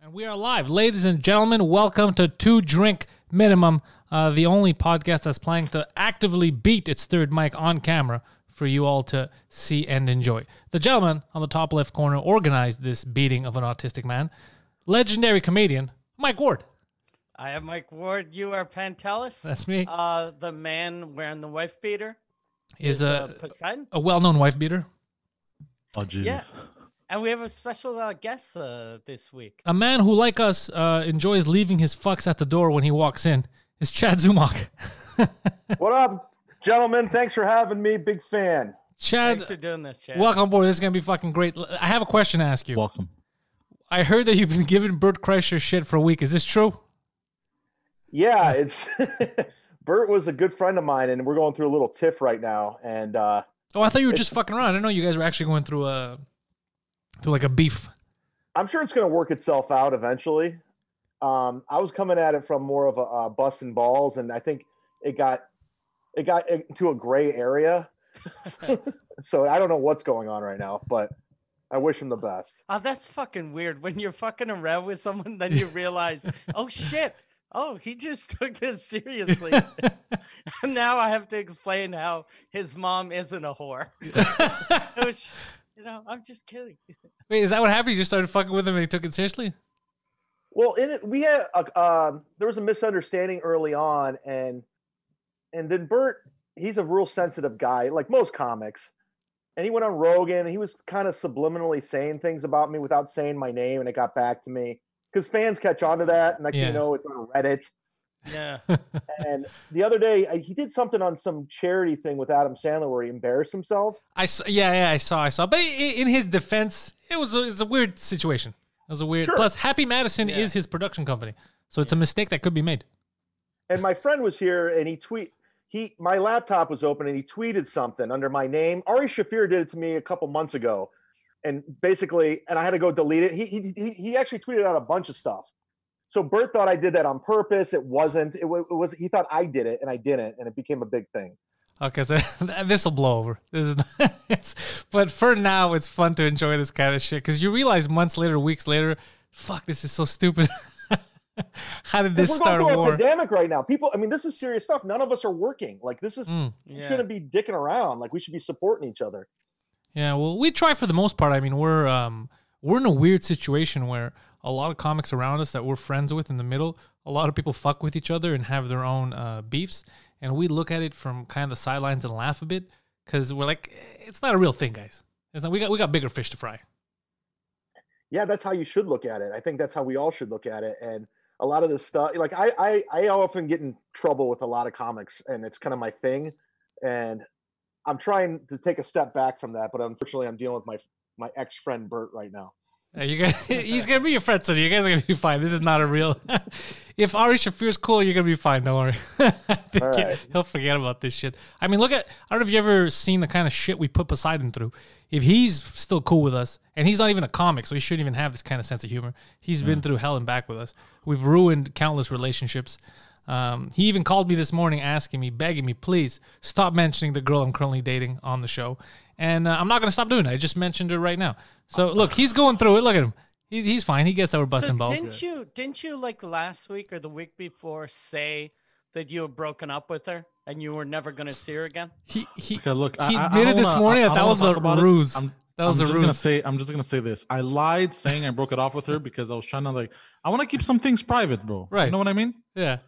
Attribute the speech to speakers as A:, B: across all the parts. A: And we are live, ladies and gentlemen. Welcome to Two Drink Minimum, uh, the only podcast that's planning to actively beat its third mic on camera for you all to see and enjoy. The gentleman on the top left corner organized this beating of an autistic man, legendary comedian Mike Ward.
B: I am Mike Ward. You are Pantelis.
A: That's me.
B: Uh, the man wearing the wife beater
A: Is
B: uh,
A: a
B: Poseidon.
A: a well-known wife beater,
C: Oh Jesus!
B: Yeah. And we have a special uh, guest uh, this week.
A: a man who, like us, uh, enjoys leaving his fucks at the door when he walks in. Is Chad Zumach?
D: What up, gentlemen? Thanks for having me. Big fan.
A: Chad,
B: Thanks for doing this, Chad.
A: welcome aboard. This is gonna be fucking great. L- I have a question to ask you.
C: Welcome.
A: I heard that you've been giving Bert Kreischer shit for a week. Is this true?
D: Yeah, it's Bert was a good friend of mine, and we're going through a little tiff right now. And uh,
A: Oh, I thought you were just fucking around. I didn't know you guys were actually going through a through like a beef.
D: I'm sure it's going to work itself out eventually. Um, I was coming at it from more of a uh, busting balls, and I think it got it got into a gray area. so I don't know what's going on right now, but I wish him the best.
B: Oh, that's fucking weird. When you're fucking around with someone, then you realize, oh shit. Oh, he just took this seriously. and now I have to explain how his mom isn't a whore. Which, you know, I'm just kidding.
A: Wait, is that what happened? You just started fucking with him and he took it seriously?
D: Well, in it, we had a, um, there was a misunderstanding early on, and and then Bert, he's a real sensitive guy, like most comics, and he went on Rogan, and he was kind of subliminally saying things about me without saying my name, and it got back to me because fans catch on to that. Next thing
A: Yeah.
D: you know, it's on Reddit.
B: Yeah.
D: And the other day, I, he did something on some charity thing with Adam Sandler where he embarrassed himself.
A: I saw, yeah, yeah, I saw, I saw. But i- in his defense, it was a, it's a weird situation. It was a weird.
D: Sure.
A: Plus, Happy Madison
B: Yeah.
A: is his production company, so it's a mistake that could be made.
D: and my friend was here and he tweet he my laptop was open and he tweeted something under my name ari shafir did it to me a couple months ago and basically and i had to go delete it he he, he, he actually tweeted out a bunch of stuff so bert thought i did that on purpose it wasn't it, wa- it was he thought i did it and i didn't and it became a big thing
A: Okay, so this will blow over. This is, it's, but for now, it's fun to enjoy this kind of shit because you realize months later, weeks later, fuck, this is so stupid. How did this
D: we're
A: start a
D: going through
A: war?
D: a pandemic right now people i mean this is serious stuff none of us are working like this is
A: Mm.
D: we
B: Yeah.
D: shouldn't be dicking around like we should be supporting each other
A: Yeah, well, we try for the most part. I mean, we're um, we're in a weird situation where a lot of comics around us that we're friends with in the middle, a lot of people fuck with each other and have their own uh, beefs, and we look at it from kind of the sidelines and laugh a bit because we're like, "Eh, it's not a real thing, guys. It's not, we got we got bigger fish to fry.
D: yeah that's how you should look at it i think that's how we all should look at it and a lot of this stuff like i i, I often get in trouble with a lot of comics and it's kind of my thing and i'm trying to take a step back from that but unfortunately i'm dealing with my my ex-friend bert right now
A: Uh, you guys, he's gonna be your friend, so you guys are gonna be fine. This is not a real. if Ari Shafir's cool, you're gonna be fine. Don't worry. I think
D: All
A: he-
D: right.
A: He'll forget about this shit. I mean, look at. I don't know if you ever seen the kind of shit we put Poseidon through. If he's still cool with us, and he's not even a comic, so he shouldn't even have this kind of sense of humor. He's
C: Mm.
A: been through hell and back with us. We've ruined countless relationships. Um, he even called me this morning, asking me, begging me, please stop mentioning the girl I'm currently dating on the show. And uh, I'm not gonna stop doing it. I just mentioned her right now. So look, he's going through it. Look at him. He's he's fine. He gets that we're busting
B: so
A: balls.
B: Didn't you didn't you like last week or the week before say that you had broken up with her and you were never gonna see her again?
A: He he.
C: Okay, look,
A: He
C: I,
A: admitted
C: I- I don't
A: this
C: wanna-
A: morning
C: I-
A: that
C: I
A: that
C: don't
A: was
C: wanna
A: a
C: talk about it.
A: ruse.
C: I'm,
A: That was
C: I'm
A: a
C: just gonna
A: ruse.
C: say. I'm just gonna say this. I lied saying I broke it off with her because I was trying to like. I want to keep some things private, bro.
A: Right.
C: You know what I mean?
A: Yeah.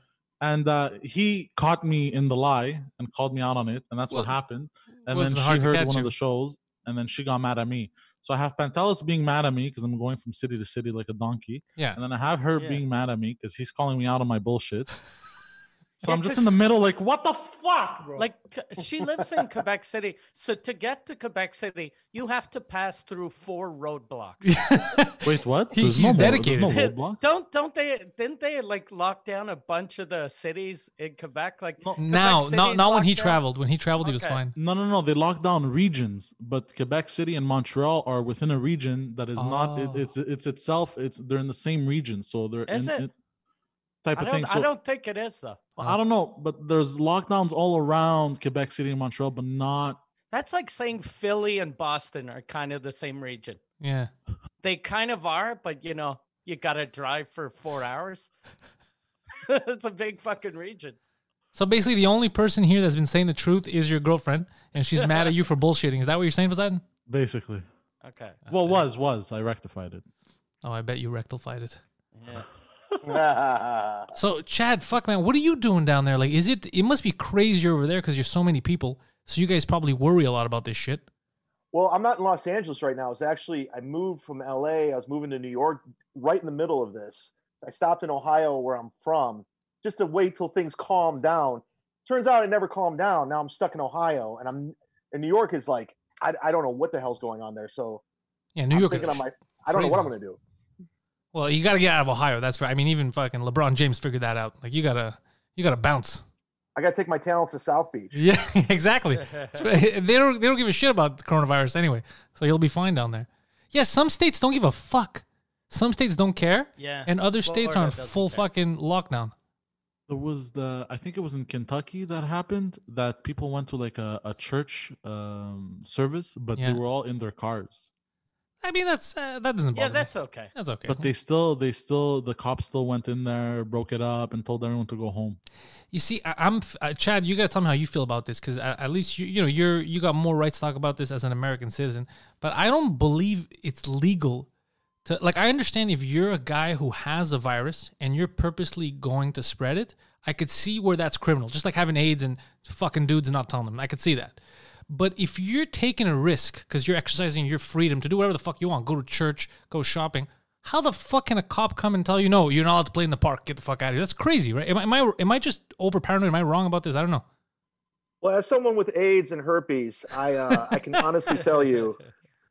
C: And uh, he caught me in the lie and called me out on it, and that's what
A: Well,
C: happened. And
A: was
C: then
A: it
C: she
A: hard to
C: heard
A: catch
C: one
A: you?
C: of the shows, and then she got mad at me. So I have Pantelis being mad at me because I'm going from city to city like a donkey,
A: Yeah.
C: and then I have her
B: Yeah.
C: being mad at me because he's calling me out on my bullshit. So I'm just in the middle, like, what the fuck, bro?
B: Like t- she lives in Quebec City, so to get to Quebec City, you have to pass through four roadblocks.
C: Wait, what?
A: He-
C: There's
A: he's
C: no mo-
A: dedicated.
C: There's no roadblock.
B: don't don't they didn't they like lock down a bunch of the cities in Quebec? Like
C: No.
B: Quebec
A: Now, not
B: City's
A: not when he
B: locked down?
A: traveled. When he traveled, he was
B: Okay.
A: fine.
C: No, no, no. They lock down regions, but Quebec City and Montreal are within a region that is not.
A: Oh.
C: It, it's it's itself. It's they're in the same region, so they're
B: Is
C: in,
B: it?
C: in- type
B: I
C: of thing.
B: don't,
C: So
B: I don't think it is though.
C: I don't know, but there's lockdowns all around Quebec City and Montreal, but not.
B: That's like saying Philly and Boston are kind of the same region.
A: Yeah.
B: They kind of are, but you know, you gotta drive for four hours. it's a big fucking region.
A: So basically, the only person here that's been saying the truth is your girlfriend, and she's mad at you for bullshitting. Is that what you're saying, Poseidon?
C: basically.
B: Okay.
C: Well, was was I rectified it?
A: Oh, I bet you rectified it.
B: Yeah.
A: So Chad, fuck man, what are you doing down there? Like, is it? It must be crazy over there because you're so many people. So you guys probably worry a lot about this shit.
D: Well, I'm not in Los Angeles right now. It's actually I moved from LA. I was moving to New York right in the middle of this. I stopped in Ohio where I'm from just to wait till things calm down. Turns out it never calmed down. Now I'm stuck in Ohio and I'm and New York is like I, I don't know what the hell's going on there. So
A: Yeah, New
D: I'm
A: York. is
D: thinking I'm like I don't know
A: crazy.
D: what I'm gonna do.
A: well, you got to get out of Ohio. That's right. I mean, even fucking LeBron James figured that out. Like, you gotta, you gotta bounce.
D: I gotta take my talents to South Beach.
A: Yeah, exactly. they don't they don't give a shit about the coronavirus anyway, so you'll be fine down there. Yeah, some states don't give a fuck. Some states don't care,
B: yeah.
A: and other states are on
B: Florida doesn't
A: full
B: care.
A: fucking lockdown.
C: There was the I think it was in Kentucky that happened that people went to like a, a church um, service, but
A: Yeah.
C: they were all in their cars.
A: I mean, that's uh, that doesn't bother
B: yeah,
A: me.
B: that's okay.
A: that's okay.
C: But they still they still the cops still went in there, broke it up, and told everyone to go home.
A: You see, I, I'm f- uh, Chad. You gotta tell me how you feel about this, because at least you you know you're you got more rights to talk about this as an American citizen. But I don't believe it's legal to like. I understand if you're a guy who has a virus and you're purposely going to spread it, I could see where that's criminal. Just like having AIDS and fucking dudes and not telling them, I could see that. But if you're taking a risk because you're exercising your freedom to do whatever the fuck you want, go to church, go shopping, how the fuck can a cop come and tell you no, you're not allowed to play in the park, get the fuck out of here? That's crazy, right? Am I am I, am I just over paranoid? Am I wrong about this? I don't know.
D: Well, as someone with AIDS and herpes, I uh, I can honestly tell you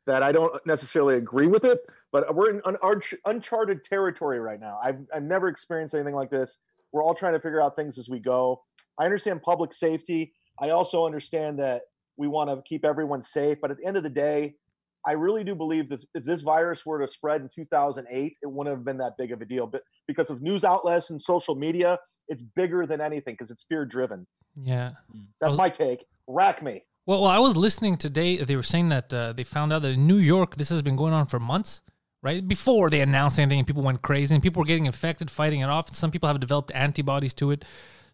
D: that I don't necessarily agree with it, but we're in un- unch- uncharted territory right now. I've I've never experienced anything like this. We're all trying to figure out things as we go. I understand public safety. I also understand that we want to keep everyone safe, but at the end of the day, I really do believe that if this virus were to spread in 2008, it wouldn't have been that big of a deal. But because of news outlets and social media, it's bigger than anything because it's fear driven.
A: Yeah.
D: That's
A: Oh.
D: my take. Rack me.
A: Well, well, I was listening today. They were saying that uh, they found out that in New York, this has been going on for months, right? Before they announced anything, and people went crazy, and people were getting infected, fighting it off. And some people have developed antibodies to it.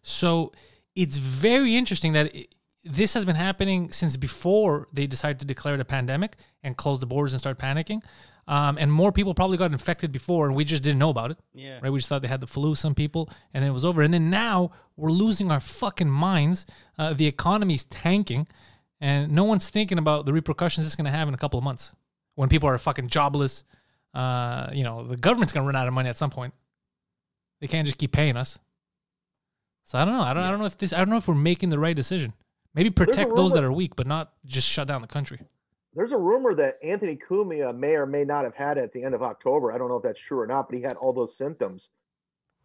A: So it's very interesting that it, this has been happening since before they decided to declare it a pandemic and close the borders and start panicking. Um, and more people probably got infected before, and we just didn't know about it
B: Yeah.
A: right? We just thought they had the flu, some people, and it was over. And then now we're losing our fucking minds. Uh, the economy's tanking, and no one's thinking about the repercussions it's going to have in a couple of months when people are fucking jobless. Uh, you know, the government's going to run out of money at some point. They can't just keep paying us. So I don't know. I don't. I don't know if this. I don't know if we're making the right decision. Maybe protect those that
D: rumor-
A: are weak, but not just shut down the country.
D: There's a rumor that Anthony Cumia may or may not have had it at the end of October. I don't know if that's true or not, but he had all those symptoms.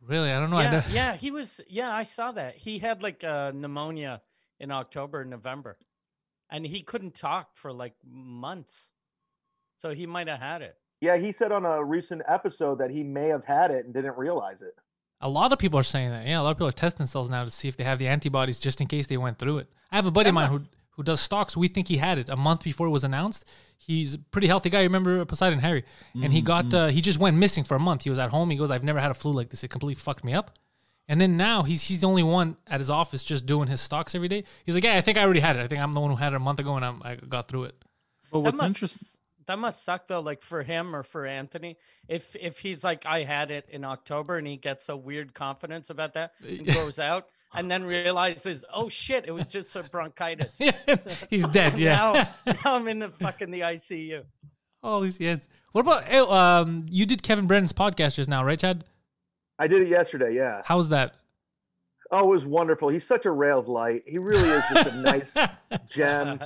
A: Really, I don't know. I
B: yeah,
A: don't-
B: yeah, he was. Yeah, I saw that. He had like uh, pneumonia in October, November, and he couldn't talk for like months. So he might have had it.
D: Yeah, he said on a recent episode that he may have had it and didn't realize it.
A: A lot of people are saying that. Yeah, a lot of people are testing themselves now to see if they have the antibodies just in case they went through it. I have a buddy of mine who who does stocks. We think he had it a month before it was announced. He's a pretty healthy guy. You Remember Poseidon Harry? And he got uh, he just went missing for a month. He was at home. He goes, I've never had a flu like this. It completely fucked me up. And then now he's he's the only one at his office just doing his stocks every day. He's like, yeah, I think I already had it. I think I'm the one who had it a month ago and I'm, I got through it.
C: But
B: That
C: what's
B: must-
C: interesting?
B: That must suck though, like for him or for Anthony. If if he's like, I had it in October, and he gets a weird confidence about that, and goes out, and then realizes, oh shit, it was just a bronchitis.
A: he's dead. Yeah.
B: Now, now I'm in the fucking the ICU.
A: All these kids. What about eh, um? You did Kevin Brennan's podcast just now, right, Chad?
D: I did it yesterday. Yeah.
A: How's that?
D: Oh, it was wonderful. He's such a ray of light. He really is just a nice gem.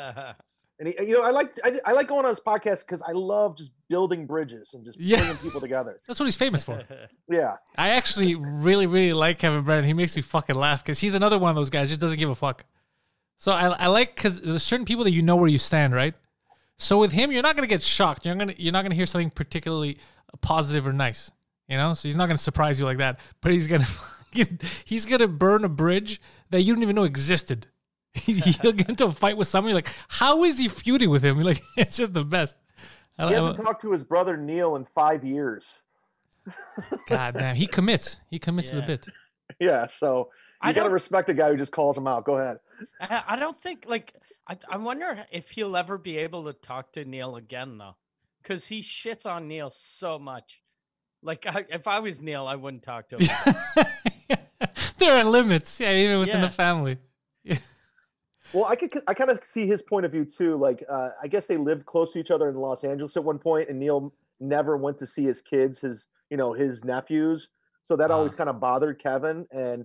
D: And he, you know, I like I, I like going on his podcast because I love just building bridges and just
A: Yeah.
D: bringing people together.
A: That's what he's famous for.
D: Yeah.
A: I actually really, really like Kevin Brennan. He makes me fucking laugh because he's another one of those guys just doesn't give a fuck. So I, I like because there's certain people that you know where you stand, right? So with him, you're not gonna get shocked. You're gonna you're not gonna hear something particularly positive or nice, you know. So he's not gonna surprise you like that. But he's gonna fucking, he's gonna burn a bridge that you didn't even know existed. He'll get into a fight with someone. You're like, how is he feuding with him? You're like, it's just the best. I,
D: He
A: I-
D: hasn't talked to his brother Neil in five years.
A: God damn, he commits. He commits to the
B: Yeah.
A: bit.
D: Yeah, so
B: I
D: you got to
B: don't.
D: respect a guy who just calls him out. Go ahead.
B: I I don't think like I. I wonder if he'll ever be able to talk to Neil again though, because he shits on Neil so much. Like I, if I was Neil, I wouldn't talk to him.
A: there are limits, yeah, even within
B: Yeah.
A: the family.
D: Well, I could I kind of see his point of view too. Like uh, I guess they lived close to each other in Los Angeles at one point, and Neil never went to see his kids, his you know his nephews. So that always kind of bothered Kevin, and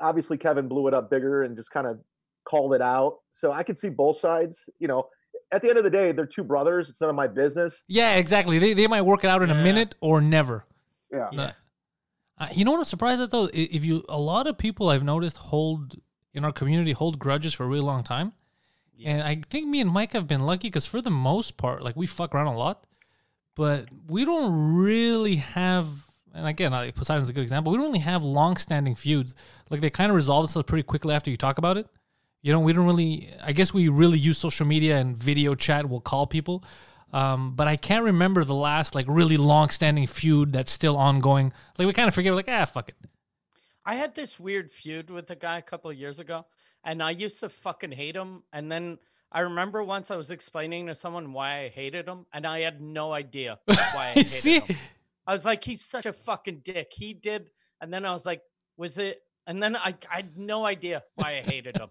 D: obviously Kevin blew it up bigger and just kind of called it out. So I could see both sides. You know, at the end of the day, they're two brothers. It's none of my business.
A: Yeah, exactly. They, they might work it out in a
B: Yeah.
A: minute or never.
D: Yeah.
A: No. Uh, you know what I'm surprised at though? I- If you a lot of people I've noticed hold in our community hold grudges for a really long time, and I think me and Mike have been lucky because for the most part, like we fuck around a lot, but we don't really have. And again, I- Poseidon's a good example. We don't really have long-standing feuds. Like they kind of resolve themselves pretty quickly after you talk about it. You know, we don't really. I guess we really use social media and video chat. We'll call people, um, but I can't remember the last like really long-standing feud that's still ongoing. Like we kind of forget. We're like, ah, fuck it.
B: I had this weird feud with a guy a couple of years ago, and I used to fucking hate him. And then I remember once I was explaining to someone why I hated him, and I had no idea why I hated
A: See,
B: him. I was like, he's such a fucking dick. He did, and then I was like, was it? And then I, I had no idea why I hated him.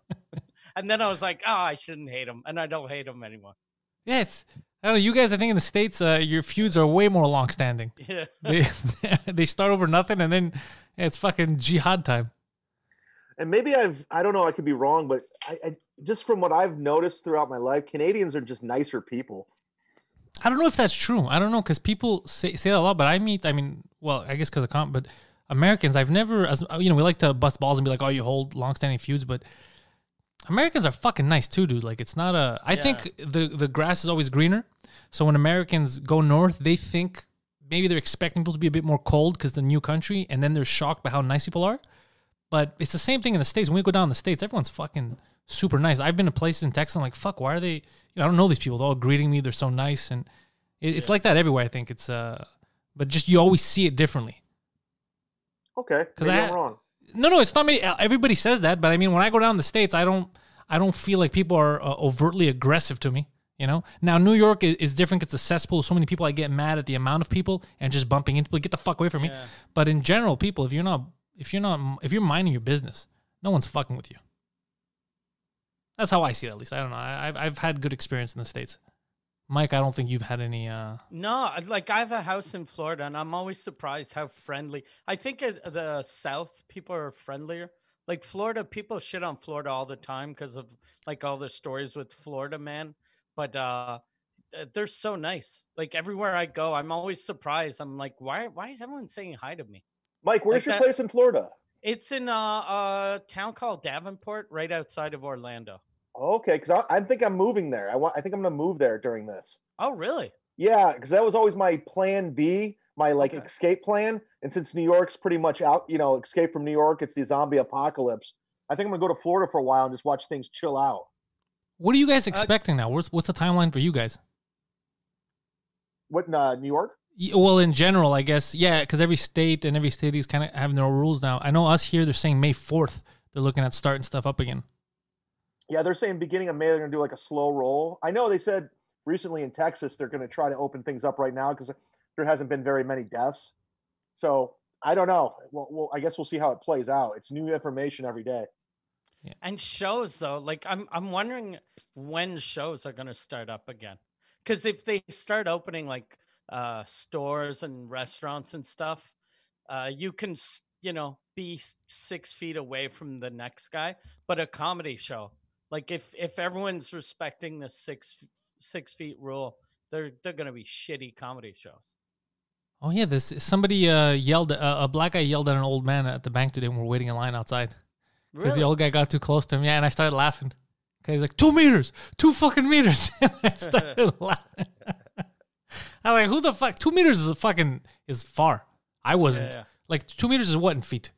B: and then I was like, oh, I shouldn't hate him, and I don't hate him anymore.
A: yeah, it's. I don't know. You guys, I think in the states, uh, your feuds are way more long-standing.
B: Yeah.
A: they they start over nothing and then it's fucking jihad time.
D: and maybe I've I don't know I could be wrong, but I, I just from what I've noticed throughout my life, Canadians are just nicer people.
A: I don't know if that's true. I don't know because people say say that a lot, but I meet. I mean, well, I guess because of comp, but Americans, I've never as you know, we like to bust balls and be like, oh, you hold long-standing feuds, but Americans are fucking nice too, dude. Like it's not a. I think the the grass is always greener. So when Americans go north, they think maybe they're expecting people to be a bit more cold because the new country, and then they're shocked by how nice people are. But it's the same thing in the states. When we go down in the states, everyone's fucking super nice. I've been to places in Texas. I'm like, fuck, why are they? You know, I don't know these people. They're all greeting me. They're so nice, and it, it's like that everywhere. I think it's uh, but just you always see it differently.
D: Okay,
A: 'Cause
D: maybe I,
A: I-
D: am wrong.
A: No, no, it's not me. Everybody says that, but I mean, when I go down the states, I don't, I don't feel like people are uh, overtly aggressive to me. You know. Now New York is, is different. It's a cesspool. So many people, I get mad at the amount of people and just bumping into people. Get the fuck away from me.
B: Yeah.
A: But in general, people, if you're not, if you're not, if you're minding your business, no one's fucking with you. That's how I see it. At least I don't know. I, I've I've had good experience in the states. Mike, I don't think you've had any. uh
B: No, I- like I have a house in Florida, and I'm always surprised how friendly. I think at the South people are friendlier. Like Florida, people shit on Florida all the time because of like all the stories with Florida man. But uh, th- they're so nice. Like everywhere I go, I'm always surprised. I'm like, why? Why is everyone saying hi to me?
D: Mike, where's
B: Like
D: your
B: that-
D: place in Florida?
B: It's in a, a town called Davenport, right outside of Orlando.
D: Okay, because I, I think I'm moving there. I want. I think I'm going to move there during this.
B: Oh, really?
D: Yeah, because that was always my plan B, my like
B: Okay.
D: escape plan. And since New York's pretty much out, you know, escape from New York, it's the zombie apocalypse. I think I'm going to go to Florida for a while and just watch things chill out.
A: What are you
B: Uh,
A: guys expecting now? What's what's the timeline for you guys?
D: What in uh, New York?
A: Y- Well, in general, I guess, yeah, because every state and every city is kind of having their own rules now. I know us here, they're saying May fourth. They're looking at starting stuff up again.
D: Yeah, they're saying beginning of May they're going to do like a slow roll. I know they said recently in Texas they're going to try to open things up right now because there hasn't been very many deaths. So I don't know. Well, well, I guess we'll see how it plays out. It's new information every day.
B: And shows though, like I'm I'm wondering when shows are gonna start up again. Cause if they start opening like uh stores and restaurants and stuff, uh you can s- you know be s- six feet away from the next guy. But a comedy show, like if if everyone's respecting the six f- six feet rule, they're they're gonna be shitty comedy shows.
A: Oh yeah, this somebody uh, yelled. Uh, a black guy yelled at an old man at the bank today when we are waiting in line outside because
B: Really?
A: the old guy got too close to him. Yeah, and I started laughing. Okay, he's like two meters, two fucking meters. And I started laughing. I was like, who the fuck? Two meters is a fucking is far. I wasn't
B: Yeah.
A: like two meters is what in feet?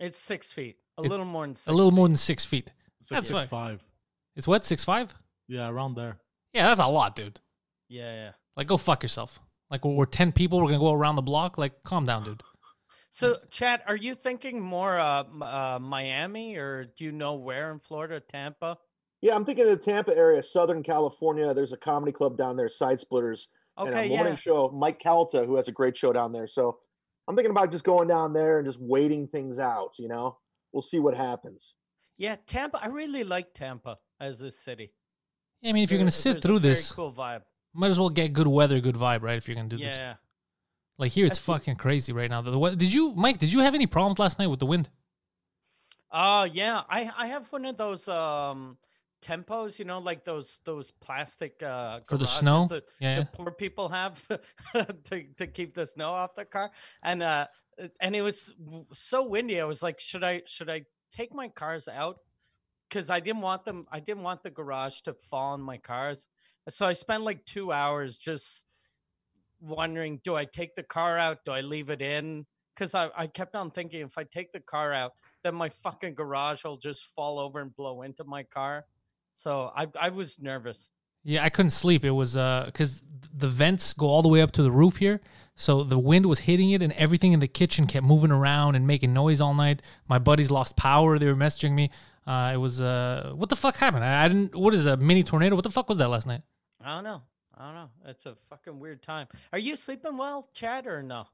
B: It's six feet. A
A: It's
B: little more than six
A: a little
B: feet.
A: more than six feet.
C: It's like
A: That's fine.
C: six five.
A: It's what six five?
C: Yeah, around there.
A: Yeah, that's a lot, dude.
B: Yeah, yeah.
A: Like, go fuck yourself. Like we're, we're ten people, we're gonna go around the block. Like, calm down, dude.
B: So, Chad, are you thinking more uh, M- uh, Miami or do you know where in Florida? Tampa?
D: Yeah, I'm thinking of the Tampa area, Southern California. There's a comedy club down there, Side Splitters,
B: Okay,
D: and a morning
B: yeah.
D: show. Mike Calta, who has a great show down there. So I'm thinking about just going down there and just waiting things out. You know, we'll see what happens.
B: Yeah, Tampa. I really like Tampa as a city.
A: Yeah, I mean, if you're
B: There-
A: gonna sit
B: there's a
A: through
B: very
A: this,
B: cool vibe.
A: might as well get good weather, good vibe, right? If you're gonna do this,
B: Yeah.
A: like here, it's
B: That's the-
A: fucking crazy right now. The, the weather, did you, Mike? Did you have any problems last night with the wind?
B: Oh yeah, I I have one of those um tempos, you know, like those those plastic uh
A: For the
B: garages
A: snow?
B: that
A: Yeah, yeah.
B: the poor people have to to keep the snow off their car. And uh uh, and it was w- so windy. I was like, should I should I take my cars out? Cuz I didn't want them I didn't want the garage to fall on my cars. So I spent like 2 hours just wondering, do I take the car out? Do I leave it in? Cuz I I kept on thinking if I take the car out then my fucking garage will just fall over and blow into my car. So I I was nervous.
A: Yeah, I couldn't sleep. It was uh because the vents go all the way up to the roof here, so the wind was hitting it, and everything in the kitchen kept moving around and making noise all night. My buddies lost power. They were messaging me. Uh, it was uh, what the fuck happened? I, I didn't. What is a mini tornado? What the fuck was that last night?
B: I don't know. I don't know. It's a fucking weird time. Are you sleeping well, Chad, or no?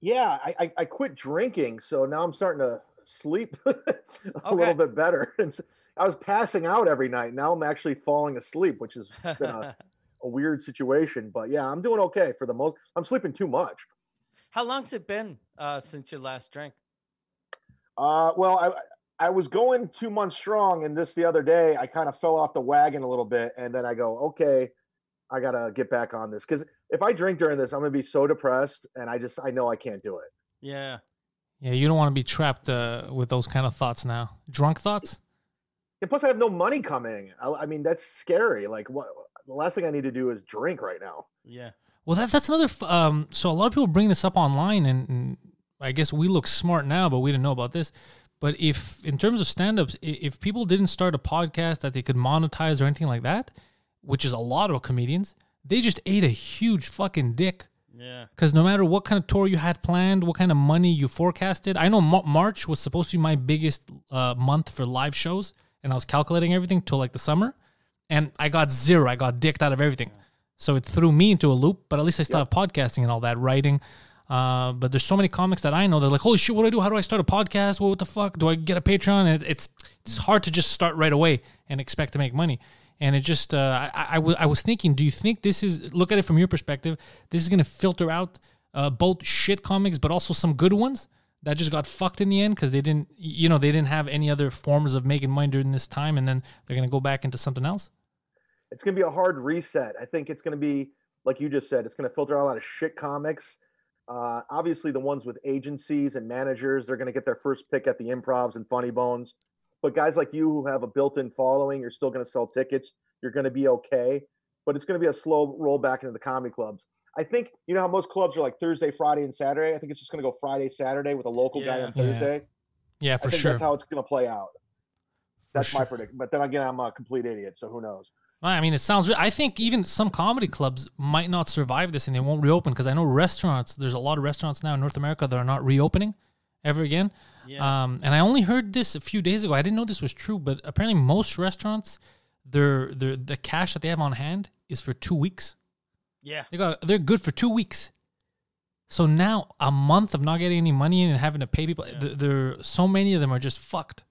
D: Yeah, I, I, I quit drinking, so now I'm starting to sleep a
B: Okay.
D: little bit better. And s- I was passing out every night. Now I'm actually falling asleep, which has been a, a weird situation. But yeah, I'm doing okay for the most. I'm sleeping too much.
B: How long's it been uh, since your last drink?
D: Uh, well, I I was going two months strong, and this the other day I kind of fell off the wagon a little bit, and then I go, okay, I gotta get back on this because if I drink during this, I'm gonna be so depressed, and I just I know I can't do it.
B: Yeah.
A: Yeah, you don't want to be trapped uh, with those kind of thoughts now. Drunk thoughts.
D: And plus, I have no money coming. I, I mean, that's scary. Like, what the last thing I need to do is drink right now.
B: Yeah.
A: Well, that, that's another. F- um, so a lot of people bring this up online, and, and I guess we look smart now, but we didn't know about this. But if, in terms of stand-ups, i- if people didn't start a podcast that they could monetize or anything like that, which is a lot of comedians, they just ate a huge fucking dick.
B: Yeah.
A: Because no matter what kind of tour you had planned, what kind of money you forecasted, I know Ma- March was supposed to be my biggest uh, month for live shows, and I was calculating everything till like the summer, and I got zero. I got dicked out of everything, so it threw me into a loop. But at least I still have podcasting and all that writing. Uh, but there's so many comics that I know. They're like, "Holy shit, what do I do? How do I start a podcast? What, what the fuck? Do I get a Patreon?" And it, it's it's hard to just start right away and expect to make money. And it just, uh, I, I, I w- I was thinking, do you think this is, look at it from your perspective, this is going to filter out uh, both shit comics, but also some good ones that just got fucked in the end because they didn't, you know, they didn't have any other forms of making money during this time. And then they're going to go back into something else.
D: it's going to be a hard reset. I think it's going to be like you just said. It's going to filter out a lot of shit comics. Uh, obviously, the ones with agencies and managers, they're going to get their first pick at the improvs and funny bones. But guys like you who have a built-in following, you're still going to sell tickets. You're going to be okay. But it's going to be a slow roll back into the comedy clubs. I think you know how most clubs are like Thursday, Friday, and Saturday. I think it's just going to go Friday, Saturday with a local guy
B: Yeah.
D: on
A: Yeah,
D: Thursday.
A: Yeah,
D: I
A: for
D: think
A: sure.
D: that's how it's going to play out.
A: For
D: That's my
A: sure.
D: prediction. But then again, I'm a complete idiot, so who knows?
A: I mean, it sounds. I think even some comedy clubs might not survive this, and they won't reopen because I know restaurants. There's a lot of restaurants now in North America that are not reopening ever again.
B: Yeah.
A: Um, and I only heard this a few days ago. I didn't know this was true, but apparently most restaurants, their their the cash that they have on hand is for two weeks.
B: Yeah.
A: They got they're good for two weeks. So now a month of not getting any money in and having to pay people,
B: Yeah.
A: th- there so many of them are just fucked,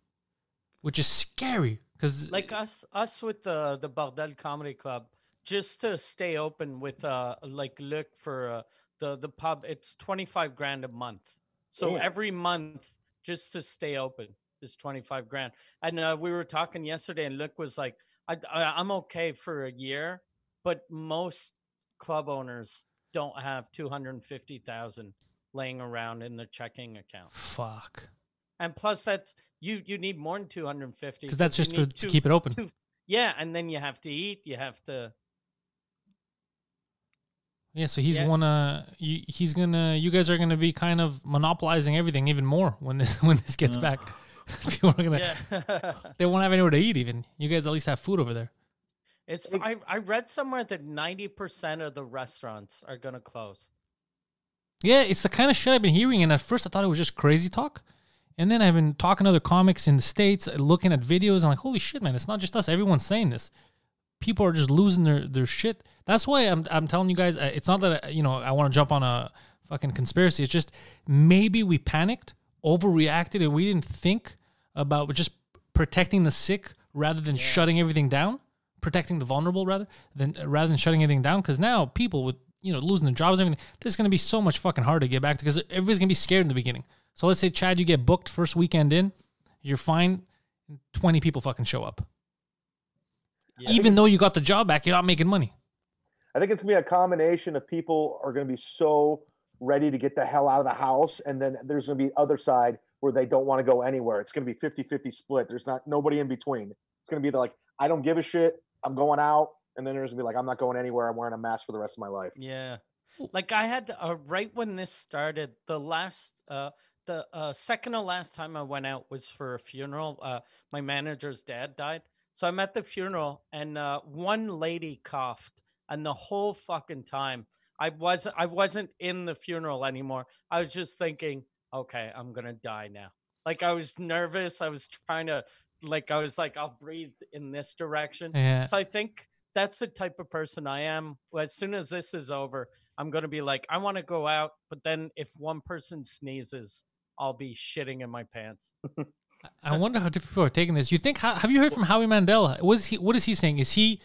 A: which is scary because
B: Like us us with the the Bardel Comedy Club, just to stay open with uh like look for uh, the the pub, it's twenty five grand a month. So
D: Damn.
B: every month, just to stay open, is twenty five grand. And uh, we were talking yesterday, and Luke was like, I, I am okay for a year, but most club owners don't have two hundred fifty thousand laying around in their checking account.
A: fuck.
B: And plus, that's you you need more than two hundred fifty
A: because that's
B: you
A: just for,
B: need
A: to
B: two-
A: keep it open.
B: two- yeah, and then you have to eat. You have to.
A: Yeah, so he's
B: yeah.
A: wanna you, he's gonna you guys are gonna be kind of monopolizing everything even more when this when this gets
C: Yeah.
A: back. People are gonna
B: Uh. Yeah.
A: they won't have anywhere to eat even. You guys at least have food over there.
B: It's
D: Like-
B: I, I read somewhere that ninety percent of the restaurants are gonna close.
A: Yeah, it's the kind of shit I've been hearing, and at first I thought it was just crazy talk, and then I've been talking to other comics in the states, uh, looking at videos, and like, holy shit, man, it's not just us. Everyone's saying this. People are just losing their their shit. That's why I'm I'm telling you guys, uh, it's not that uh, you know I want to jump on a fucking conspiracy. It's just maybe we panicked, overreacted, and we didn't think about just protecting the sick rather than shutting everything down, protecting the vulnerable rather than uh, rather than shutting anything down. Because now people with you know losing their jobs, and everything, this is gonna be so much fucking hard to get back to because everybody's gonna be scared in the beginning. So let's say Chad, you get booked first weekend in, you're fine. Twenty people fucking show up,
B: Yeah.
A: even though you got the job back, you're not making money.
D: I think it's gonna be a combination of people are gonna be so ready to get the hell out of the house, and then there's gonna be other side where they don't want to go anywhere. It's gonna be 50-50 split. There's not nobody in between. It's gonna be the, like, I don't give a shit. I'm going out, and then there's gonna be like, I'm not going anywhere. I'm wearing a mask for the rest of my life.
B: Yeah. Like I had uh, right when this started, the last uh the uh second to last time I went out was for a funeral. Uh my manager's dad died. So I'm at the funeral and uh one lady coughed and the whole fucking time I was I wasn't in the funeral anymore. I was just thinking, okay, I'm going to die now. Like I was nervous. I was trying to like I was like I'll breathe in this direction.
A: Yeah.
B: So I think that's the type of person I am. Well, As soon as this is over, I'm going to be like, I want to go out. But then if one person sneezes, I'll be shitting in my pants.
A: I wonder how different people are taking this. You think? how- Have you heard from Howie Mandel? What is he? What is he saying? Is he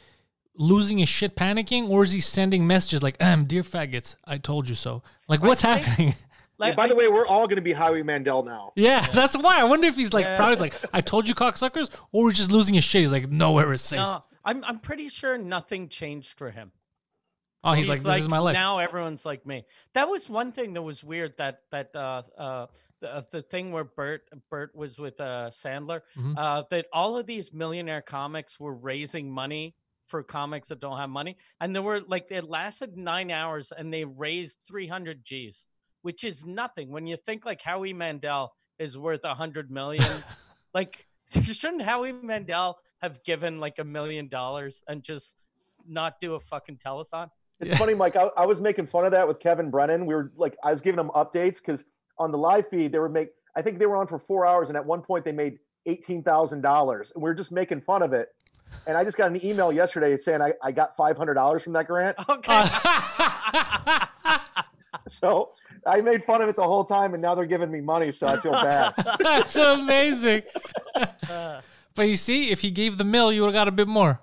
A: losing his shit, panicking, or is he sending messages like, "Um, dear faggots, I told you so"? Like, what's
B: think-
A: happening?
D: Yeah,
B: Like,
D: by
B: I-
D: the way, we're all gonna be Howie Mandel now.
A: yeah, that's why. I wonder if he's like
B: Yeah.
A: proud. He's like, "I told you, cocksuckers," or he's just losing his shit. He's like, "Nowhere is safe."
B: no, I'm, I'm pretty sure nothing changed for him.
A: oh, he's, like, "This is my life."
B: Now everyone's like me. That was one thing that was weird. That that uh uh the, uh, the thing where Bert Bert was with uh Sandler.
A: Mhm.
B: Uh, that all of these millionaire comics were raising money for comics that don't have money, and there were like it lasted nine hours, and they raised three hundred G's, which is nothing when you think like Howie Mandel is worth a hundred million. like, shouldn't Howie Mandel have given like a million dollars and just not do a fucking telethon?
D: It's funny, Mike. I, I was making fun of that with Kevin Brennan. We were like, I was giving him updates because on the live feed they were make. I think they were on for four hours, and at one point they made eighteen thousand dollars, and we were just making fun of it. And I just got an email yesterday saying I, I got five hundred dollars from that grant.
B: Okay.
A: Uh,
D: So I made fun of it the whole time, and now they're giving me money, so I feel
A: Uh,
D: bad.
A: that's amazing.
B: Uh,
A: But you see, if he gave the mill, you would have got a bit more.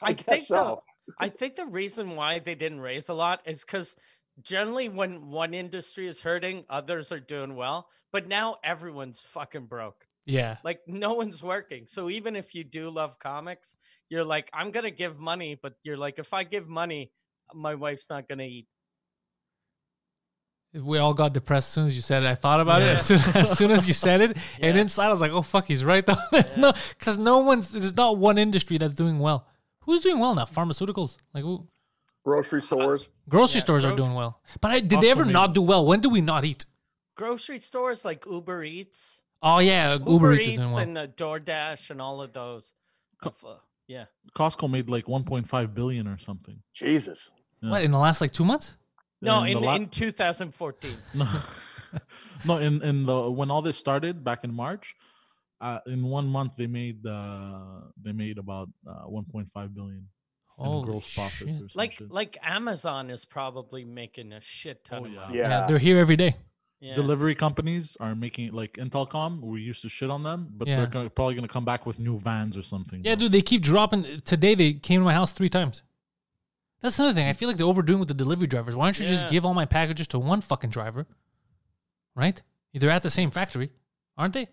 D: I
B: I
D: guess
B: think the,
D: so.
B: I think the reason why they didn't raise a lot is because generally when one industry is hurting, others are doing well. But now everyone's fucking broke.
A: Yeah.
B: Like no one's working. So even if you do love comics, you're like, I'm gonna give money, but you're like, if I give money, my wife's not gonna eat.
A: We all got depressed as soon as you said it. I thought about it as soon, as soon as you said it, and
B: Yeah.
A: inside I was like, "Oh fuck, he's right though." There's no, because no one's. There's not one industry that's doing well. Who's doing well now? Pharmaceuticals, like who?
D: Grocery stores.
A: grocery
B: Yeah,
A: stores are
B: groc-
A: doing well. But I, did they
C: Also
A: ever
C: maybe-
A: not do well? When do we not eat?
B: Grocery stores like Uber Eats,
A: Oh yeah, Uber, Eats, is doing well.
B: and uh, DoorDash and all of those.
C: Co-
B: Of, uh, yeah.
C: Costco made like 1.5 billion or something.
D: Jesus.
C: yeah.
A: What in the last like two months?
B: No,
C: And the
B: in,
C: la-
B: in 2014.
C: No, no. In in the when all this started back in March, uh, in one month they made uh, they made about uh, 1.5 billion in
A: Holy
C: gross profit.
A: shit.
C: Or some
B: like
C: shit.
B: like Amazon is probably making a shit ton
C: Oh,
B: of
C: yeah.
B: money.
D: Yeah.
A: Yeah, they're here every day.
B: Yeah.
C: delivery companies are making like Intelcom. We used to shit on them, but
A: Yeah.
C: they're gonna, probably gonna come back with new vans or something.
A: Yeah,
C: bro.
A: dude, they keep dropping. Today they came to my house three times. That's another thing. I feel like they're overdoing with the delivery drivers. Why don't you just
B: Yeah.
A: give all my packages to one fucking driver? Right? They're at the same factory, aren't they?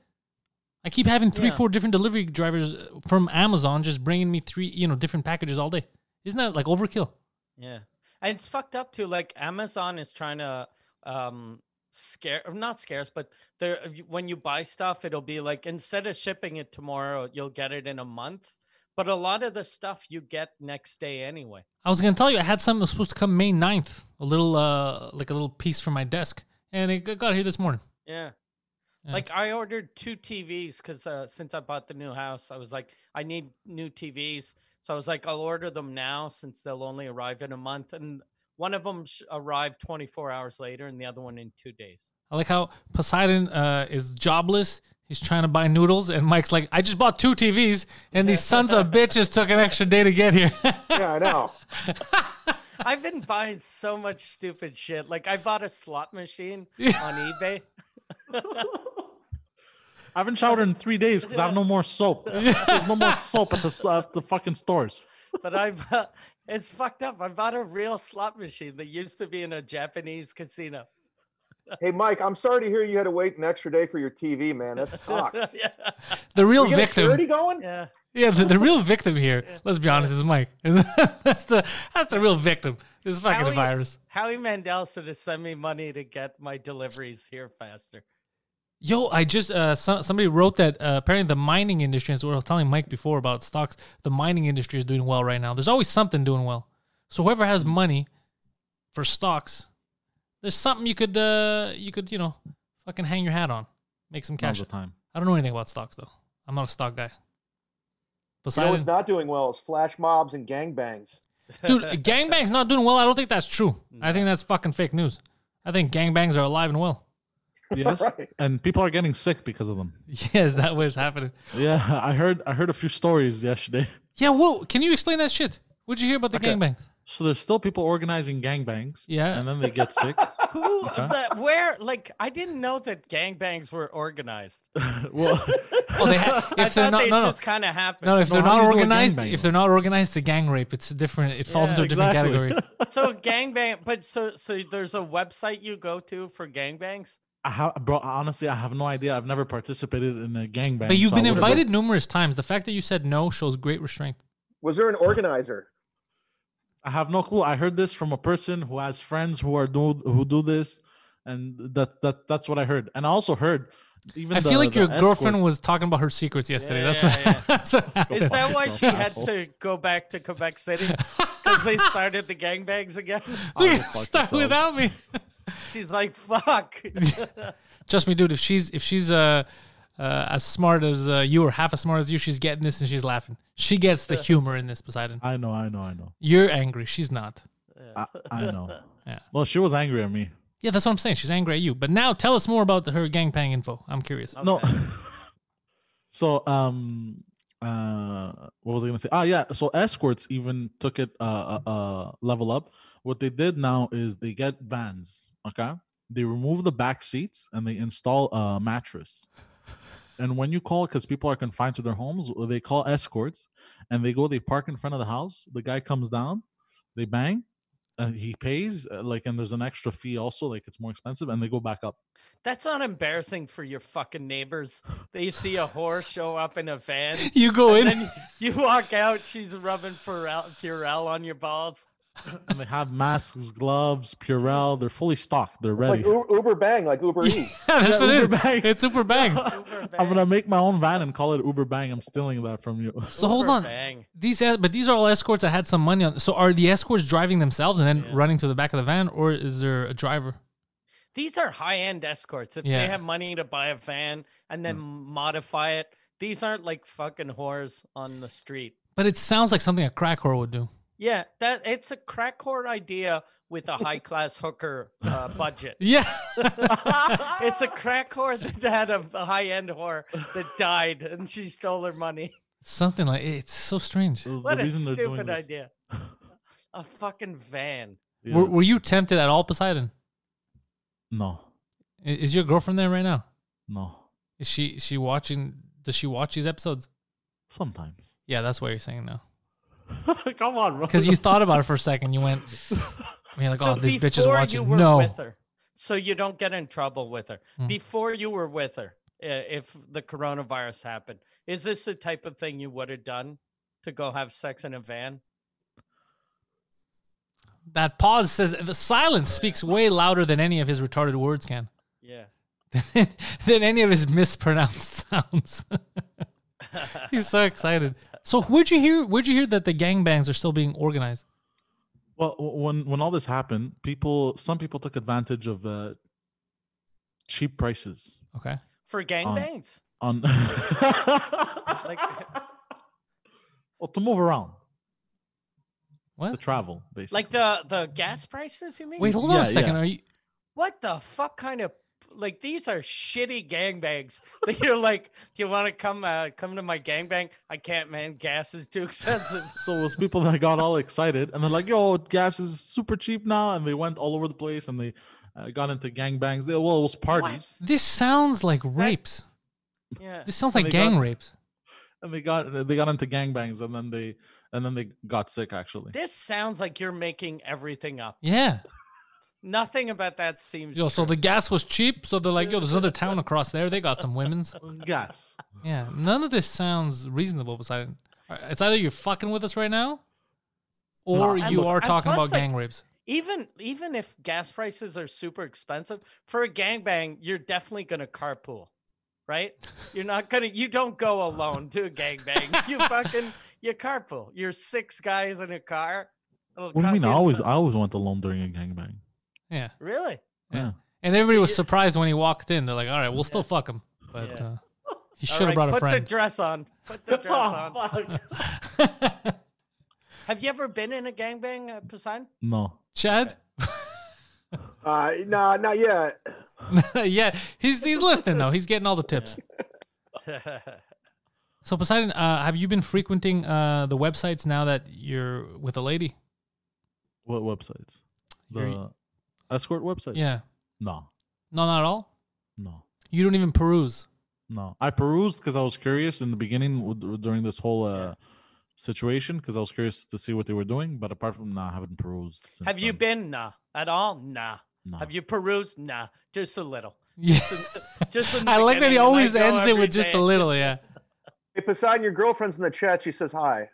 A: I keep having three,
B: Yeah.
A: four different delivery drivers uh, from Amazon just bringing me three, you know, different packages all day. Isn't that like overkill?
B: yeah. And it's fucked up too. Like Amazon is trying to um scare or not scarce, but they're if you- when you buy stuff, it'll be like instead of shipping it tomorrow, you'll get it in a month. But a lot of the stuff you get next day anyway.
A: I was gonna tell you I had something that was supposed to come May 9th, a little uh like a little piece from my desk, and it g- got here this morning.
B: Yeah.
A: Yeah,
B: Like I ordered two TVs because uh, since I bought the new house, I was like, I need new TVs. So I was like, I'll order them now since they'll only arrive in a month. And one of them sh- arrived 24 hours later, and the other one in two days.
A: I like how Poseidon uh, is jobless. He's trying to buy noodles, and Mike's like, "I just bought two TVs, and these sons of bitches took an extra day to get here."
D: Yeah, I know.
B: I've been buying so much stupid shit. Like I bought a slot machine on eBay.
C: I haven't showered in three days because I have no more soap. There's no more soap at the, s- at the fucking stores.
B: but I bought, it's fucked up. I bought a real slot machine that used to be in a Japanese casino.
D: Hey, Mike, I'm sorry to hear you had to wait an extra day for your TV, man. That sucks.
B: yeah,
A: the real
D: We get a charity
A: victim,
D: going?
B: yeah.
A: yeah, the, the real victim here. Let's be honest, is Mike. that's the that's the real victim. This fucking
B: Howie-
A: virus.
B: Howie Mandel should have sent me money to get my deliveries here faster.
A: Yo, I just uh, so, somebody wrote that uh, apparently the mining industry. Is what I was telling Mike before about stocks. The mining industry is doing well right now. There's always something doing well. So whoever has
C: Mm-hmm.
A: money for stocks, there's something you could uh, you could you know fucking hang your hat on, make some
C: All
A: cash.
C: the time.
A: I don't know anything about stocks though. I'm not a stock guy.
D: You know
A: Besides,
D: what's not doing well is flash mobs and gangbangs.
A: dude, gangbang's not doing well. I don't think that's true. I think that's fucking fake news. I think gangbangs are alive and well.
C: Yes.
D: Right.
C: And people are getting sick because of them.
A: Yes, that was happening.
C: Yeah, I heard I heard a few stories yesterday.
A: Yeah, whoa, can you explain that shit? What'd you hear about the
C: Okay.
A: gangbangs?
C: So there's still people organizing gangbangs.
A: Yeah.
C: And then they get sick.
B: Who,
A: Uh-huh.
B: the, where, like, I didn't know that gangbangs were organized.
C: well,
A: Oh, they ha-
B: I
A: if they're
B: thought
A: not,
B: they
A: no, no.
B: just kind of happened.
A: no, if
C: No,
A: they're
C: how
A: not
C: do you do a
A: organized,
C: gangbang?
A: if they're not organized, to gang rape. It's different. It falls
B: Yeah,
A: into a different
C: exactly.
A: category.
B: So gangbang, but so so there's a website you go to for gangbangs.
C: I have, bro, honestly, I have no idea. I've never participated in a gangbang.
A: But you've
C: so I
A: been
C: wouldn't know.
A: invited numerous times. The fact that you said no shows great restraint.
D: Was there an organizer?
C: I have no clue. I heard this from a person who has friends who are do who do this, and that that that's what I heard. And I also heard. Even
A: I
C: the-
A: feel like
C: the
A: your girlfriend
C: escorts-
A: was talking about her secrets yesterday.
B: Yeah,
A: that's,
B: yeah,
A: what,
B: yeah.
A: Oh, that's what happened.
B: Is that
C: fuck
B: why
C: yourself,
B: she had
C: asshole.
B: to go back to Quebec City because they started the gangbangs again?
C: Oh,
A: Look,
C: go fuck
A: Start
C: yourself.
A: without me.
B: She's like, "Fuck."
A: Trust me, dude. If she's if she's uh, uh as smart as uh, you or half as smart as you, she's getting this and she's laughing. She gets the humor in this, Poseidon.
C: I know, I know, I know,
A: You're angry. She's not.
C: I, I know.
A: Yeah.
C: Well, she was angry at me.
A: Yeah, that's what I'm saying. She's angry at you. But now tell us more about her gangbang info. I'm curious.
C: No. so um uh what was I gonna say? Ah yeah, so escorts even took it uh, uh uh level up. What they did now is they get vans, okay? They remove the back seats and they install a mattress. And when you call, because people are confined to their homes, well, they call escorts and they go, they park in front of the house. The guy comes down, they bang, and he pays, uh, like, and there's an extra fee also, like, it's more expensive, and they go back up.
B: That's not embarrassing for your fucking neighbors. They see a whore show up in a van.
A: You go in.
B: And then you walk out, she's rubbing Purell, Purell on your balls.
C: and they have masks, gloves, Purell. They're fully stocked. They're
D: It's like
C: ready.
D: U- Uber Bang, like Uber Eats.
A: Yeah, that's
C: Yeah,
A: what it is.
C: Uber Bang.
A: It's Uber Bang.
B: Uber
C: I'm
B: bang,
C: gonna make my own van and call it Uber Bang. I'm stealing that from you.
A: so hold
B: Uber
A: on.
B: Bang.
A: These es- but these are all escorts that had some money on. So are the escorts driving themselves and then running to the back of the van, or is there a driver?
B: These are high end escorts. If
A: Yeah.
B: they have money to buy a van and then
C: Mm.
B: modify it, these aren't like fucking whores on the street.
A: But it sounds like something a crack whore would do.
B: Yeah, that it's a crack whore idea with a high class hooker uh, budget.
A: Yeah,
B: it's a crack whore that had a, high end whore that died and she stole her money.
A: something like it's so strange.
C: The- the
B: What a
C: reason they're doing
B: stupid
C: this-
B: idea. A fucking van.
C: Yeah.
A: Were, were you tempted at all, Poseidon?
C: No,
A: I- Is your girlfriend there right now?
C: no.
A: Is she she watching? Does she watch these episodes?
C: Sometimes.
A: Yeah, that's why you're saying no.
C: Come on, bro.
A: Because you thought about it for a second. You went, I mean, like, oh, this bitch is
B: before
A: watching.
B: You were
A: no, Hmm.
B: with her, so you don't get in trouble with her. Before you were with her, i- if the coronavirus happened, is this the type of thing you would have done to go have sex in a van?
A: That pause says the silence speaks way louder than any of his retarded words can,
B: Yeah.
A: than any of his mispronounced sounds. He's so excited. So would you hear? Would you hear that the gangbangs are still being organized?
C: Well, w- when when all this happened, people some people took advantage of uh, cheap prices.
A: Okay.
B: for gangbangs.
C: on
B: Like,
C: or to move around, to
A: What?
C: travel, basically.
B: like the the gas prices, you mean?
A: Wait, hold on
C: Yeah,
A: a second.
C: yeah.
A: Are you?
B: What the fuck kind of like these are shitty gangbangs that you're like, do you want to come uh, come to my gangbang? I can't, man. Gas is too expensive.
C: So it was people that got all excited and they're like, "Yo, gas is super cheap now," and they went all over the place and they uh, got into gangbangs. They- Well, it was parties,
A: This sounds like rapes.
B: yeah.
A: This sounds
C: And
A: like
C: they got-
A: gang rapes.
C: and they got they got into gangbangs, and then they and then they got sick. Actually,
B: This sounds like you're making everything up.
A: Yeah.
B: Nothing about that seems.
A: Yo, so the
B: true.
A: gas was cheap, so they're like, yo, there's another town across there. They got some women's.
C: gas.
A: Yeah. None of this sounds reasonable. Besides, it's either you're fucking with us right now, or
C: No, and
A: you
C: look,
A: are
B: and
A: talking
B: plus,
A: about
B: like,
A: gang rapes.
B: even even if gas prices are super expensive for a gangbang, you're definitely gonna carpool, right? You're not gonna you don't go alone to a gangbang. you fucking you carpool. You're six guys in a car. It'll
C: What do you
B: cost
C: mean? I always
B: bu-
C: I always went alone during a gangbang.
A: Yeah.
B: really?
A: Yeah.
C: Yeah.
A: And everybody was surprised when he walked in. They're like, all right, we'll still fuck him. But
B: Yeah.
A: uh, he
B: All
A: should have
B: right,
A: brought a
B: put
A: friend.
B: the dress on. Put
C: Oh,
B: the dress on. Have you ever been in a gangbang, uh, Poseidon?
C: No.
A: Chad?
D: Uh, nah, not yet.
A: yeah. He's, he's listening, though. He's getting all the tips. So Poseidon, uh, have you been frequenting uh, the websites now that you're with a lady?
C: What websites?
A: You're-
C: The escort website?
A: Yeah.
C: No.
A: No, not at all.
C: No.
A: You don't even peruse.
C: No. I perused because I was curious in the beginning with, during this whole uh, situation because I was curious to see what they were doing. But apart from nah, I haven't perused. Since
B: Have you
C: then.
B: been? Nah. At all? Nah.
C: Nah.
B: Have you perused? Nah. Just a little.
A: Yeah.
B: Just in the
A: I like that
B: beginning,
A: he
B: and
A: always
B: go
A: ends it
B: every
A: with just
B: day.
A: a little. Yeah.
D: Hey, Poseidon, your girlfriend's in the chat. She says hi.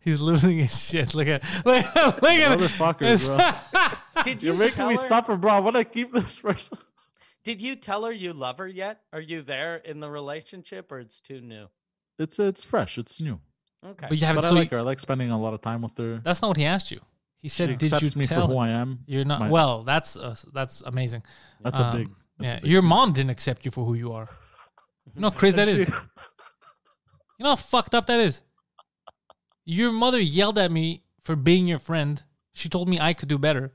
A: He's losing his shit. Look at look at look at
C: Motherfuckers,
B: Did you
C: You're making
B: tell
C: me
B: her-
C: suffer, bro. I want to keep this person.
B: Did you tell her you love her yet? Are you there in the relationship or it's too new? It's
C: It's it's fresh. It's new.
B: okay.
A: But you haven't.
C: But I
A: So
C: like
A: you-
C: her. I like spending a lot of time with her.
A: that's not what he asked you. He
C: She
A: said, "Did you
C: accepts me
A: tell
C: for who
A: her?
C: I am.
A: you're not
C: My-
A: well?" That's uh, that's amazing.
C: That's
A: Um,
C: a big. that's
A: yeah,
C: a big
A: your
C: thing.
A: mom didn't accept you for who you are. You know, how crazy that is. You know how fucked up that is. Your mother yelled at me for being your friend. She told me I could do better.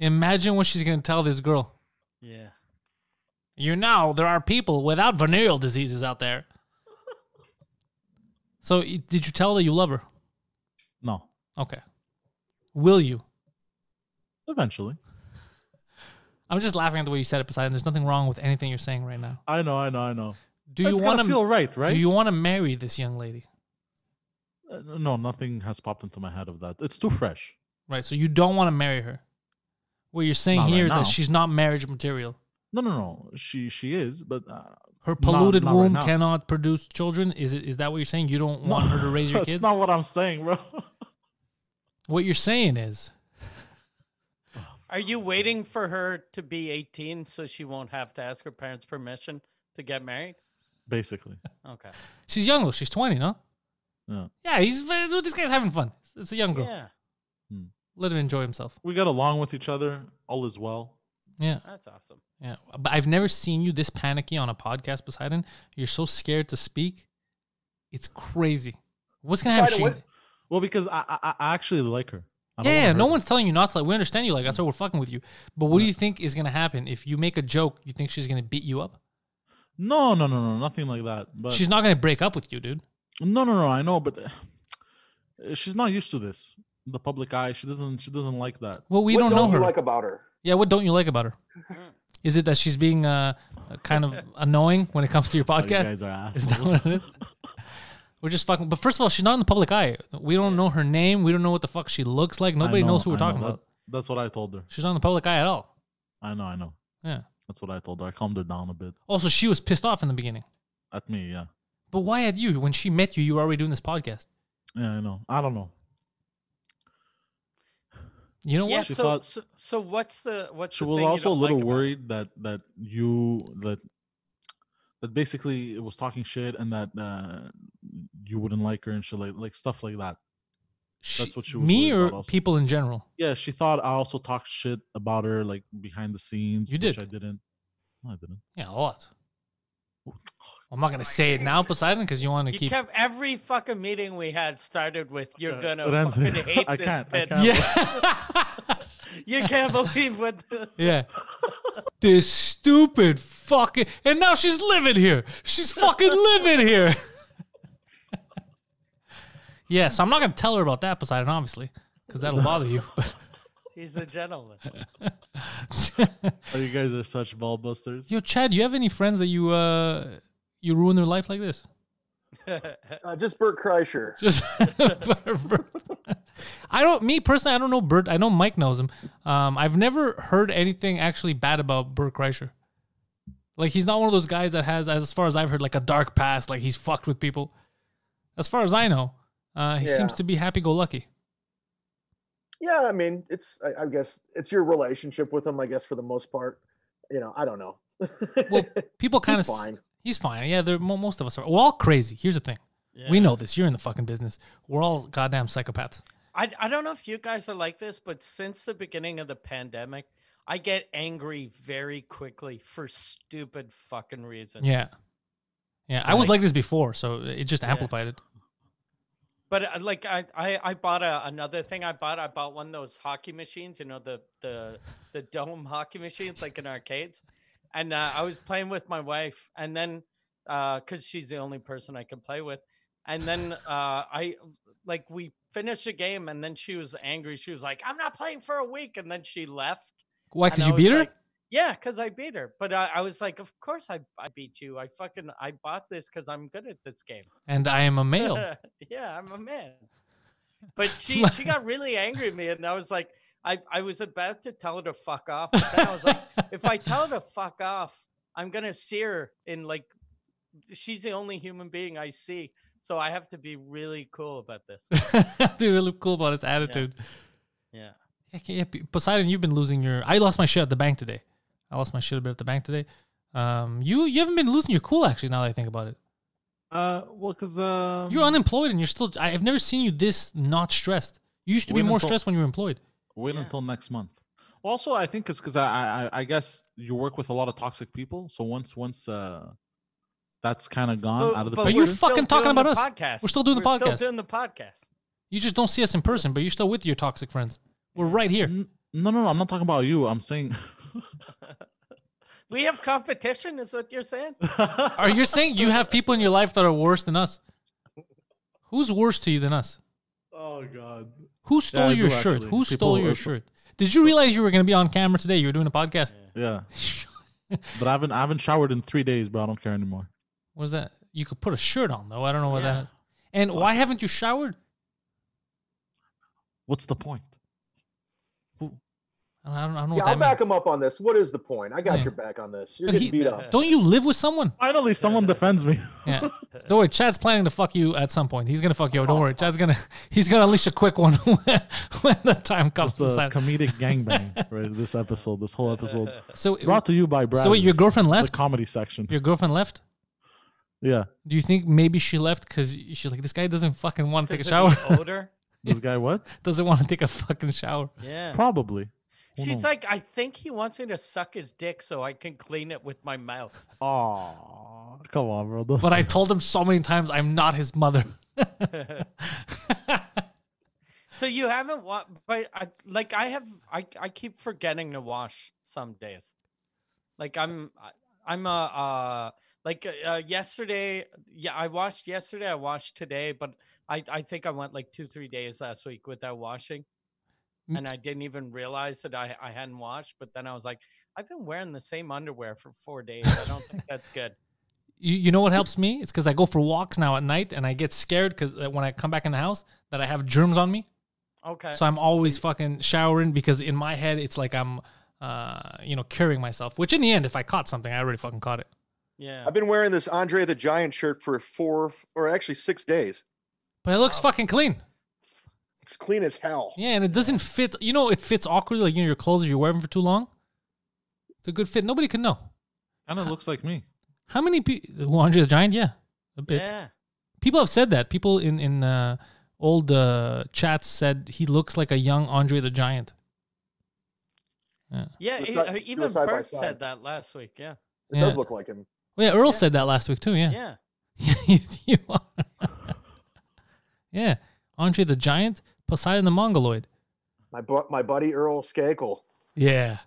A: Imagine what she's gonna tell this girl.
B: yeah.
A: You know, there are people without venereal diseases out there. So, y- did you tell that you love her?
C: No.
A: Okay. Will you?
C: Eventually.
A: I'm just laughing at the way you said it, Poseidon. There's nothing wrong with anything you're saying right now.
C: I know. I know. I know.
A: Do
C: It's
A: you
C: gotta
A: want
C: feel
A: to?
C: right? Right?
A: Do you want to marry this young lady?
C: Uh, no, nothing has popped into my head of that. It's too fresh.
A: Right. So you don't want to marry her. What you're saying
C: Not
A: here is
C: right now.
A: that she's not marriage material.
C: No, no, no. She she is, but uh,
A: Her
C: Not-
A: polluted
C: not right
A: womb
C: now.
A: cannot produce children. Is it? Is that what you're saying? You don't want her to raise your
C: that's
A: kids.
C: not what I'm saying, bro.
A: what you're saying is
B: Are you waiting for her to be 18 so she won't have to ask her parents' permission to get married?
C: Basically,
B: Okay.
A: she's young though. She's 20, no?
C: yeah.
A: Yeah. He's dude, this guy's having fun. It's a young girl.
B: Yeah.
A: Let him enjoy himself.
C: We got along with each other. All is well.
A: Yeah.
B: That's awesome.
A: Yeah. But I've never seen you this panicky on a podcast, Poseidon. You're so scared to speak. It's crazy. What's gonna happen? She,
D: Poseidon,
C: Well, because I I, I actually like her. I don't
A: Yeah,
C: wanna
A: no
C: hurt her.
A: one's telling you not to. Like, we understand you. Like, that's why we're fucking with you. But what do you think is gonna happen if you make a joke? You think she's gonna beat you up?
C: No, no, no, no. Nothing like that. But
A: she's not gonna break up with you, dude.
C: No, no, no. I know, but uh, she's not used to this. The public eye. She doesn't. She doesn't like that.
A: Well, we
D: what
A: don't, know
D: you
A: her.
D: like about her?
A: yeah, what don't you like about her? Is it that she's being uh, kind of annoying when it comes to your
C: Oh, you
A: podcast?
C: guys are
A: is that
C: assholes.
A: what it is? We're just fucking. But first of all, she's not in the public eye. We don't know her name. We don't know what the fuck she looks like.
C: I
A: Nobody
C: know,
A: knows who we're
C: I know,
A: talking
C: that-
A: about.
C: That's what I told her.
A: She's not in the public eye at all.
C: I know. I know.
A: Yeah.
C: That's what I told her. I calmed her down a bit.
A: Also, she was pissed off in the beginning.
C: At me, yeah.
A: But why at you? When she met you, you were already doing this podcast.
C: Yeah, I know. I don't know.
A: You know what?
B: Yeah.
C: she
B: So,
C: thought-
B: so so what's the what's
C: She
B: the
C: was
B: thing you
C: also a
B: don't
C: little
B: like about her?
C: worried that that you that that basically it was talking shit and that uh, you wouldn't like her and shit like like stuff like that.
A: She-
C: That's what she was
A: me
C: worried
A: or
C: about also.
A: people in general.
C: Yeah, she thought I also talked shit about her like behind the scenes.
A: You
C: which
A: did.
C: I didn't. No, I didn't.
A: Yeah, a lot.
C: Oh,
A: I'm not gonna say it now, Poseidon, because you want to
B: You
A: keep.
B: kept every fucking meeting we had started with "You're
C: Uh,
B: gonna
C: Renzo,
B: fucking hate
C: I
B: this
C: can't, I
B: bitch."
C: can't.
A: Yeah.
B: You can't believe what. The-
A: yeah. This stupid fucking. And now she's living here. She's fucking living here. yeah, so I'm not gonna tell her about that, Poseidon, obviously, because that'll bother you.
B: He's a gentleman.
C: Oh, you guys are such ball busters.
A: Yo, Chad, you have any friends that you uh you ruin their life like this?
D: Uh, just Bert Kreischer.
A: Just I don't. Me personally, I don't know Bert. I know Mike knows him. Um, I've never heard anything actually bad about Bert Kreischer. Like he's not one of those guys that has, as far as I've heard, like a dark past. Like he's fucked with people. As far as I know, uh, he seems
D: Yeah.
A: to be happy-go-lucky.
D: Yeah, I mean, it's I, I guess it's your relationship with him. I guess for the most part, you know, I don't know.
A: Well, people kind of
D: fine.
A: He's fine. Yeah, they're, mo- most of us are. We're all crazy. Here's the thing. We know this. You're in the fucking business. We're all goddamn psychopaths.
B: I, I don't know if you guys are like this, but since the beginning of the pandemic, I get angry very quickly for stupid fucking reasons.
A: Yeah. Yeah, I was like this before, so it just amplified it.
B: But uh, like I, I, I bought a, another thing. I bought I bought one of those hockey machines. You know the the the dome hockey machines like in arcades. And uh, I was playing with my wife, and then because she's the only person I can play with, and then uh, I like we finished the game, and then she was angry. She was like, "I'm not playing for a week," and then she left.
A: Why?
B: And
A: Because
B: I
A: Oh, you
B: was
A: beat her?
B: like- yeah, because I beat her. But I, I was like, of course I, I beat you. I fucking I bought this because I'm good at this game.
A: and I am a male.
B: yeah, I'm a man. But she she got really angry at me, and I was like, I I was about to tell her to fuck off. But then I was like, if I tell her to fuck off, I'm gonna see her in like, she's the only human being I see. So I have to be really cool about this.
A: Dude, really cool about his attitude.
B: Yeah.
A: Yeah, yeah, P- Poseidon, you've been losing your. I lost my shit at the bank today. I lost my shit a bit at the bank today. Um, you you haven't been losing your cool actually. Now that I think about it,
C: Uh, well, cause um,
A: you're unemployed and you're still. I- I've never seen you this not stressed. You used to be
C: When
A: more
C: until-
A: stressed when you were employed.
C: Wait
B: Yeah.
C: until next month. Also, I think it's because I, I I- I guess you work with a lot of toxic people. So once once uh, that's kind of gone out of the
A: But you
C: picture.
B: we're
A: fucking
B: still
A: talking
B: doing the
A: about us.
B: Podcast.
A: We're still doing the podcast.
B: Still doing the podcast.
A: You just don't see us in person, but you're still with your toxic friends. We're right here.
C: N- no, no, no. I'm not talking about you. I'm saying.
B: We have competition, is what you're saying?
A: Are you saying you have people in your life that are worse than us? Who's worse to you than us?
C: oh God.
A: Who stole
C: I
A: your
C: do,
A: shirt?
C: actually.
A: Who stole
C: People-
A: your shirt? Did you realize you were going to be on camera today? You were doing a podcast.
C: Yeah. But I haven't I haven't showered in three days, bro. I don't care anymore.
A: What is that? You could put a shirt on though. I don't know what
B: Yeah.
A: that is. And why haven't you showered?
C: What's the point? Who-
A: I don't, I don't know
D: yeah,
A: what
D: I'll
A: that
D: back
A: means.
D: him up on this. What is the point? I got
A: Yeah.
D: your back on this. You're
A: But
D: getting
A: he-
D: beat up.
A: Don't you live with someone?
C: Finally, someone defends me.
A: Yeah. don't worry, Chad's planning to fuck you at some point. He's gonna fuck you. Don't worry, Chad's gonna he's gonna unleash a quick one when, when the time comes.
C: It's
A: To
C: the
A: decide.
C: comedic gangbang. Right. This episode. This whole episode.
A: so
C: Brought to you by Brad.
A: so wait, your girlfriend
C: The
A: left.
C: comedy section.
A: Your girlfriend left.
C: Yeah.
A: Do you think maybe she left because she's like this guy doesn't fucking want to take a
B: Because
A: shower.
B: of the Odor.
C: This guy what?
A: doesn't want to take a fucking shower.
B: Yeah.
C: Probably. Who
B: She's
C: knows?
B: like, I think he wants me to suck his dick so I can clean it with my mouth.
C: Aw, come on, bro. Don't
A: But I
C: say-
A: told him so many times I'm not his mother.
B: So you haven't wa- but I like I have I I keep forgetting to wash some days. Like I'm I- I'm a uh like uh, yesterday yeah I washed yesterday I washed today but I I think I went like 2 3 days last week without washing.
A: Mm.
B: And I didn't even realize that I, I hadn't washed, but then I was like, I've been wearing the same underwear for four days. I don't think that's good.
A: You, you know what helps me? It's because I go for walks now at night and I get scared because when I come back in the house that I have germs on me.
B: Okay.
A: So I'm always fucking showering because in my head it's like I'm, uh, you know, curing myself. Which in the end, if I caught something, I already fucking caught it.
B: yeah.
D: I've been wearing this Andre the Giant shirt for four or actually six days.
A: But it looks fucking clean.
D: It's clean as hell.
A: Yeah, and it doesn't fit. You know, it fits awkwardly. Like you know, your clothes if you wear them for too long. It's a good fit. Nobody can know.
C: Kinda looks like me.
A: How many people? Andre the Giant? Yeah, a bit.
B: Yeah.
A: people have said that people in in uh, old uh, chats said he looks like a young andre the giant
B: Yeah,
D: Let's
B: e-
D: not
B: uh,
D: do a
B: even
D: side by
B: Bert
D: side.
B: said that last week. Yeah,
D: It
A: Yeah.
D: does look like him.
A: Well, Oh, yeah, Earl
B: Yeah.
A: said that last week too. Yeah.
B: Yeah.
A: Yeah. You are. yeah. Andre the Giant, Poseidon the Mongoloid.
D: My bu- my buddy Earl Skakel.
A: Yeah.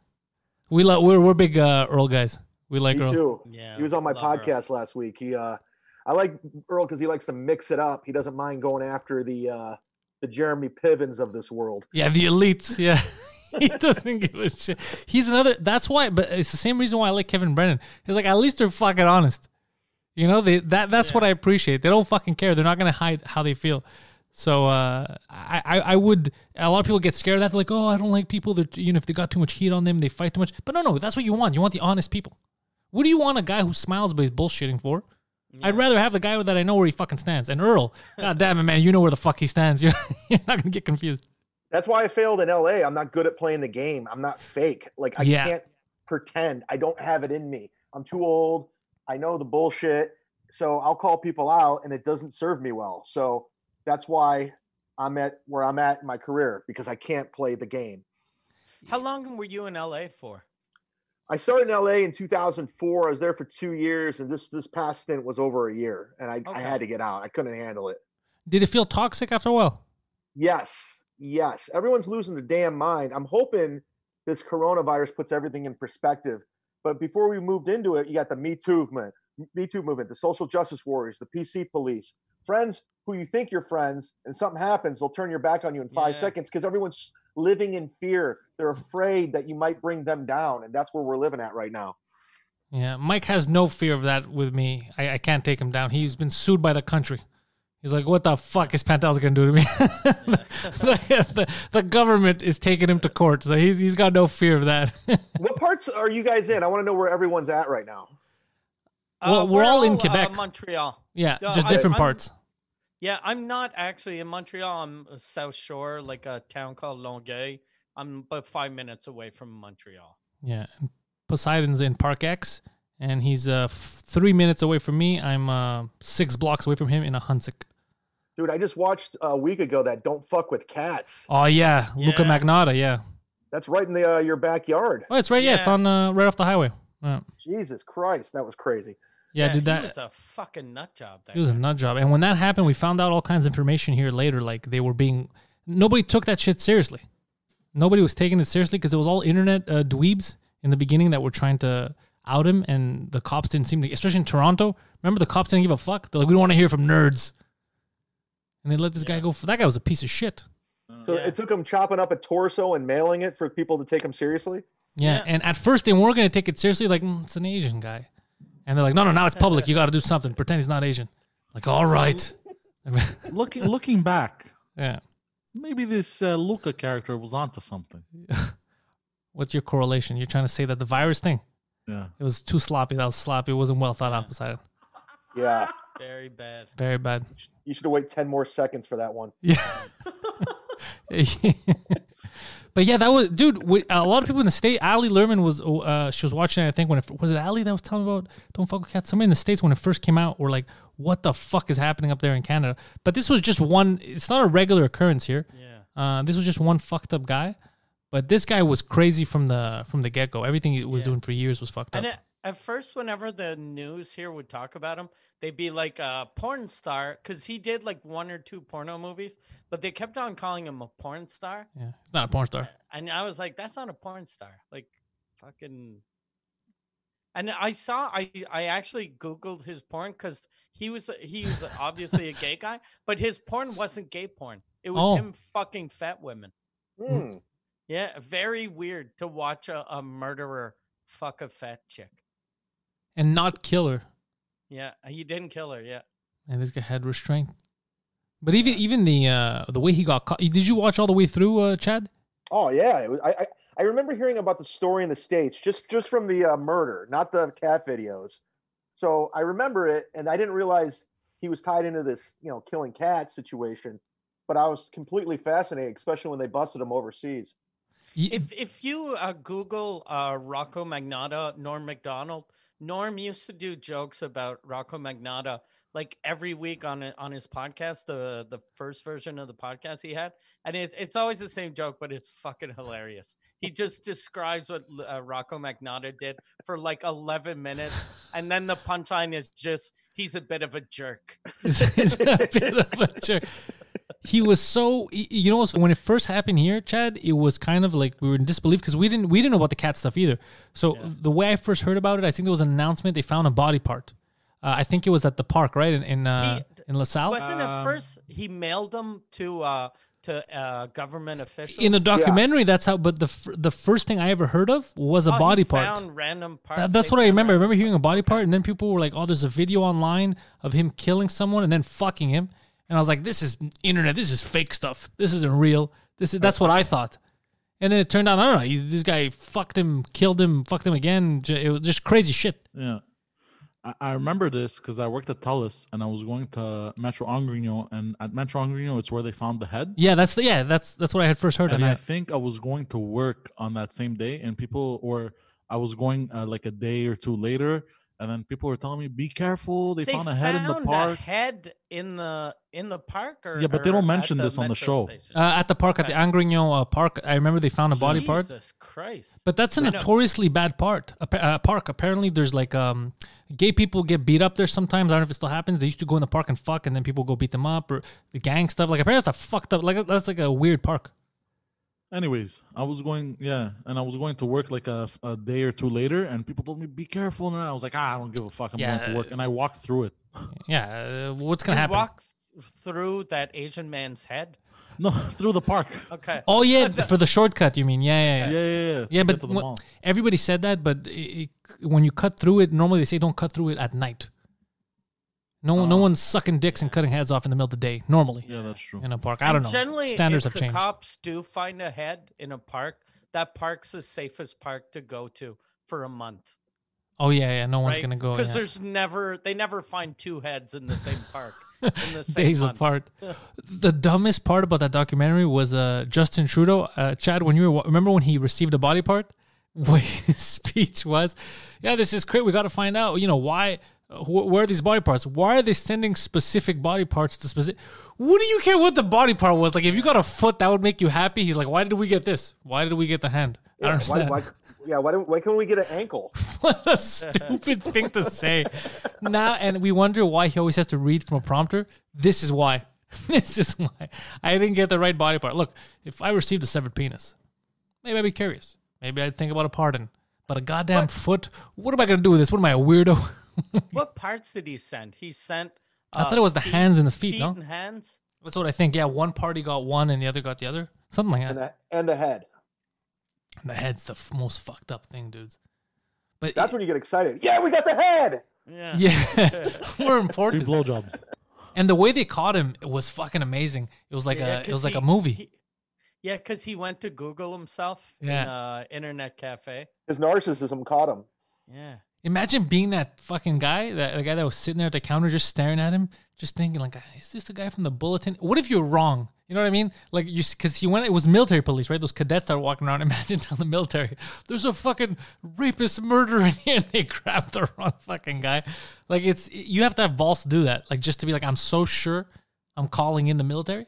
A: We love we're we're big uh, Earl guys. We like
D: Me
A: Earl.
D: too.
B: Yeah.
D: He was on my
B: love her.
D: podcast last week. He uh I like Earl because he likes to mix it up. He doesn't mind going after the uh the Jeremy Pivens of this world.
A: Yeah, the elites. Yeah. he doesn't give a shit. He's another that's why but it's the same reason why I like Kevin Brennan. He's like at least they're fucking honest. You know, they that that's what I appreciate. They don't fucking care. They're not gonna hide how they feel. So uh, I, I I would a lot of people get scared of that. They're like, oh, I don't like people that you know if they got too much heat on them, they fight too much. But no, no, that's what you want. You want the honest people. What do you want a guy who smiles but he's bullshitting for? I'd rather have the guy that I know where he fucking stands. And Earl, god damn it, man, you know where the fuck he stands. You're, you're not gonna get confused.
D: That's why I failed in LA. I'm not good at playing the game. I'm not fake. Like I
A: Yeah.
D: can't pretend. I don't have it in me. I'm too old. I know the bullshit. So I'll call people out and it doesn't serve me well. So that's why I'm at where I'm at in my career because I can't play the game.
B: How long were you in LA for?
D: I started in LA in 2004. I was there for two years, and this this past stint was over a year, and I, I
B: Okay.
D: had to get out. I couldn't handle it.
A: Did it feel toxic after a while?
D: Yes, yes. Everyone's losing their damn mind. I'm hoping this coronavirus puts everything in perspective. But before we moved into it, you got the Me Too movement, Me Too movement, the social justice warriors, the PC police, friends who you think you're friends, and something happens, they'll turn your back on you in five
B: Yeah.
D: seconds because everyone's living in fear. They're afraid that you might bring them down, and that's where we're living at right now.
A: Yeah, Mike has no fear of that with me. I, I can't take him down. He's been sued by the country. He's like, what the fuck is Pantel's gonna do to me? the, the- the government is taking him to court, so he's he's got no fear of that.
D: what parts are you guys in? I want to know where everyone's at right now.
A: Well, we're all in Quebec.
B: Uh, Montreal.
A: yeah,
B: No,
A: just
B: I-
A: different
B: I'm-
A: parts.
B: Yeah, I'm not actually in Montreal. I'm uh, South Shore, like a town called Longueuil. I'm about five minutes away from Montreal.
A: Yeah, and Poseidon's in Park X, and he's uh f- three minutes away from me. I'm uh six blocks away from him in a Hunsick.
D: Dude, I just watched a week ago that Don't Fuck with Cats.
A: Oh yeah, Luca
B: Yeah.
A: Magnotta. Yeah,
D: That's right in the, uh, your backyard.
A: oh, it's right. Yeah, it's
B: Yeah.
A: on uh, right off the highway. Yeah,
D: Jesus Christ, that was crazy.
A: yeah, dude, that
B: He was a fucking nut job. That
A: It was a
B: guy.
A: nut job. And when that happened, we found out all kinds of information here later. Like they were being, nobody took that shit seriously. Nobody was taking it seriously because it was all internet uh, dweebs in the beginning that were trying to out him, and the cops didn't seem to, especially in Toronto. Remember, the cops didn't give a fuck. They're like, we don't want to hear from nerds. And they let this guy
B: Yeah.
A: go. For, that guy was a piece of shit.
D: So
B: Yeah.
D: it took them chopping up a torso and mailing it for people to take them seriously.
A: Yeah.
B: Yeah.
A: And at first, they weren't going to take it seriously. Like, "Mm, it's an Asian guy. And they're like, no, no, now it's public. You got to do something. Pretend he's not Asian. Like, all right.
C: Looking looking back,
A: yeah.
C: maybe this uh, Luca character was onto something.
A: What's your correlation? You're trying to say that the virus thing.
C: Yeah.
A: It was too sloppy. That was sloppy. It wasn't well thought out Poseidon.
D: Yeah,
B: very bad.
A: Very bad.
D: you should have waited ten more seconds for that one.
A: Yeah. but yeah, that was dude. We, a lot of people in the state. Ali Lerman was. Uh, she was watching. it, I think when it, was it Ali that was telling about don't fuck with cats. Somebody in the states when it first came out were like, "What the fuck is happening up there in Canada?" But this was just one. It's not a regular occurrence here.
B: Yeah.
A: Uh, this was just one fucked up guy. But this guy was crazy from the from the get go. Everything he was
B: Yeah.
A: doing for years was fucked up.
B: And at, at first, whenever the news here would talk about him, they'd be like a porn star because he did like one or two porno movies, but they kept on calling him a porn star.
A: yeah, it's not a porn star.
B: And I was like, that's not a porn star. Like, fucking. And I saw, I I actually Googled his porn because he was he was obviously a gay guy, but his porn wasn't gay porn. It was
A: Oh.
B: him fucking fat women.
D: Hmm.
B: Yeah, very weird to watch a, a murderer fuck a fat chick.
A: And not killer.
B: Yeah, he didn't kill her. Yeah.
A: and this guy had restraint. But even even the uh, the way he got caught. Did you watch all the way through, uh, Chad?
D: Oh yeah, it was, I, I I remember hearing about the story in the states just just from the uh, murder, not the cat videos. So I remember it, and I didn't realize he was tied into this you know killing cat situation. But I was completely fascinated, especially when they busted him overseas.
A: Y-
B: If if you uh, Google uh, Rocco Magnotta, Norm Macdonald, Norm used to do jokes about Rocco Magnata like every week on a- on his podcast, the the first version of the podcast he had, and it's it's always the same joke, but it's fucking hilarious. He just describes what uh, Rocco Magnata did for like eleven minutes, and then the punchline is just he's a bit of a jerk.
A: It's- it's a bit of a jerk. He was so y- you know what's- when it first happened here, Chad. It was kind of like we were in disbelief because we didn't we didn't know about the cat stuff either. So the way I first heard about it, I think there was an announcement they found a body part. Uh, I think it was at the park, right in in, uh,
B: He-
A: in LaSalle.
B: Wasn't at
C: Um,
B: first he mailed them to uh to uh government officials
A: in the documentary, that's how. But the f- the first thing I ever heard of was a
B: Oh, he
A: body part.
B: Found random part.
A: That- Uh, that's
B: they
A: what I
B: found
A: remember. I
B: random-
A: remember hearing a body part, and then people were like, "Oh, there's a video online of him killing someone and then fucking him." And I was like, "This is internet. This is fake stuff. This isn't real. This is that's what I thought." And then it turned out, I don't know. He, this guy fucked him, killed him, fucked him again. J- It was just crazy shit.
C: Yeah. I, I remember this because I worked at Telus and I was going to Metro Angrino and at Metro Angrino it's where they found the head.
A: Yeah, that's the, yeah, that's that's what I had first heard of.
C: And I
A: Yeah.
C: think I was going to work on that same day and people were I was going uh, like a day or two later and then people were telling me be careful they,
B: They
C: found a head in the
B: found a
C: park.
B: head in the in the park. Or,
C: Yeah, but they don't
B: or at
C: mention this on the
B: metro
C: show.
B: station?
A: Uh, at the park, at the Angrigno uh, Park, I remember they found a body part.
B: Jesus Christ!
A: But that's a
B: I know.
A: notoriously bad part. A, pa- uh, park. Apparently, there's like um, gay people get beat up there sometimes. I don't know if it still happens. They used to go in the park and fuck, and then people go beat them up or the gang stuff. Like apparently, that's a fucked up. Like that's like a weird park.
C: Anyways, I was going yeah, and I was going to work like a, a day or two later and people told me be careful and I was like ah, I don't give a fuck I'm going
A: Yeah.
C: to work and I walked through it.
A: Yeah, uh, what's
B: You
A: gonna happen?
B: walk th- through that Asian man's head.
C: No, through the park.
B: Okay.
A: Oh yeah, for the shortcut. You mean? Yeah, yeah, yeah.
C: Yeah, yeah, yeah.
A: Yeah,
C: to
A: but
C: get to the
A: when-
C: mall.
A: everybody said that. But i i when you cut through it, normally they say don't cut through it at night. No, no
B: Oh.
A: one's sucking dicks and cutting heads off in the middle of the day. Normally,
C: yeah, that's true.
A: in a park. I don't know.
B: Generally,
A: Standards
B: if
A: have
B: the
A: changed.
B: cops do find a head in a park, that park's the safest park to go to for a month.
A: oh yeah, yeah. No one's
B: right?
A: gonna go.
B: because
A: yeah.
B: there's never they never find two heads in the same park in the same
A: days
B: month.
A: apart. the dumbest part about that documentary was uh, Justin Trudeau. Uh, Chad, when you were wa- remember when he received a body part, what his speech was, "Yeah, this is great. We got to find out. You know why." uh, Wh- where are these body parts? Why are they sending specific body parts to specific? What do you care what the body part was? Like, if you got a foot, that would make you happy. He's like, why did we get this? Why did we get the hand? I don't
D: Yeah, why,
A: understand.
D: why, yeah, why don't why can't we get an ankle?
A: What a stupid thing to say. Now, and we wonder why he always has to read from a prompter. This is why. This is why. I didn't get the right body part. Look, if I received a severed penis, maybe I'd be curious. Maybe I'd think about a pardon. But a goddamn foot, what am I going to do with this? What am I, a weirdo?
B: What parts did he send? He sent. uh,
A: I thought it was the hands and the feet,
B: feet
A: no?
B: and hands.
A: That's what I think. Yeah, one party got one and the other got the other. Something like that.
D: And the, and the head.
A: the head's the f- most fucked up thing, dudes. But
D: That's when you get excited. Yeah, we got the head.
B: Yeah.
A: yeah, we're
C: Three
A: important.
C: blowjobs.
A: And the way they caught him it was fucking amazing. It was like
B: Yeah,
A: a it
B: 'cause
A: was like a
B: he-
A: movie.
B: he- yeah, because he went to Google himself in
A: Yeah.
B: uh, internet cafe.
D: His narcissism caught him.
B: Yeah.
A: Imagine being that fucking guy, that the guy that was sitting there at the counter just staring at him, just thinking like, "Ah, is this the guy from the bulletin? What if you're wrong? You know what I mean? Like you, because he went, it was military police, right? Those cadets that were walking around. Imagine telling the military, there's a fucking rapist murderer in here, and they grabbed the wrong fucking guy. Like it's, you have to have balls to do that. Like just to be like, I'm so sure, I'm calling in the military.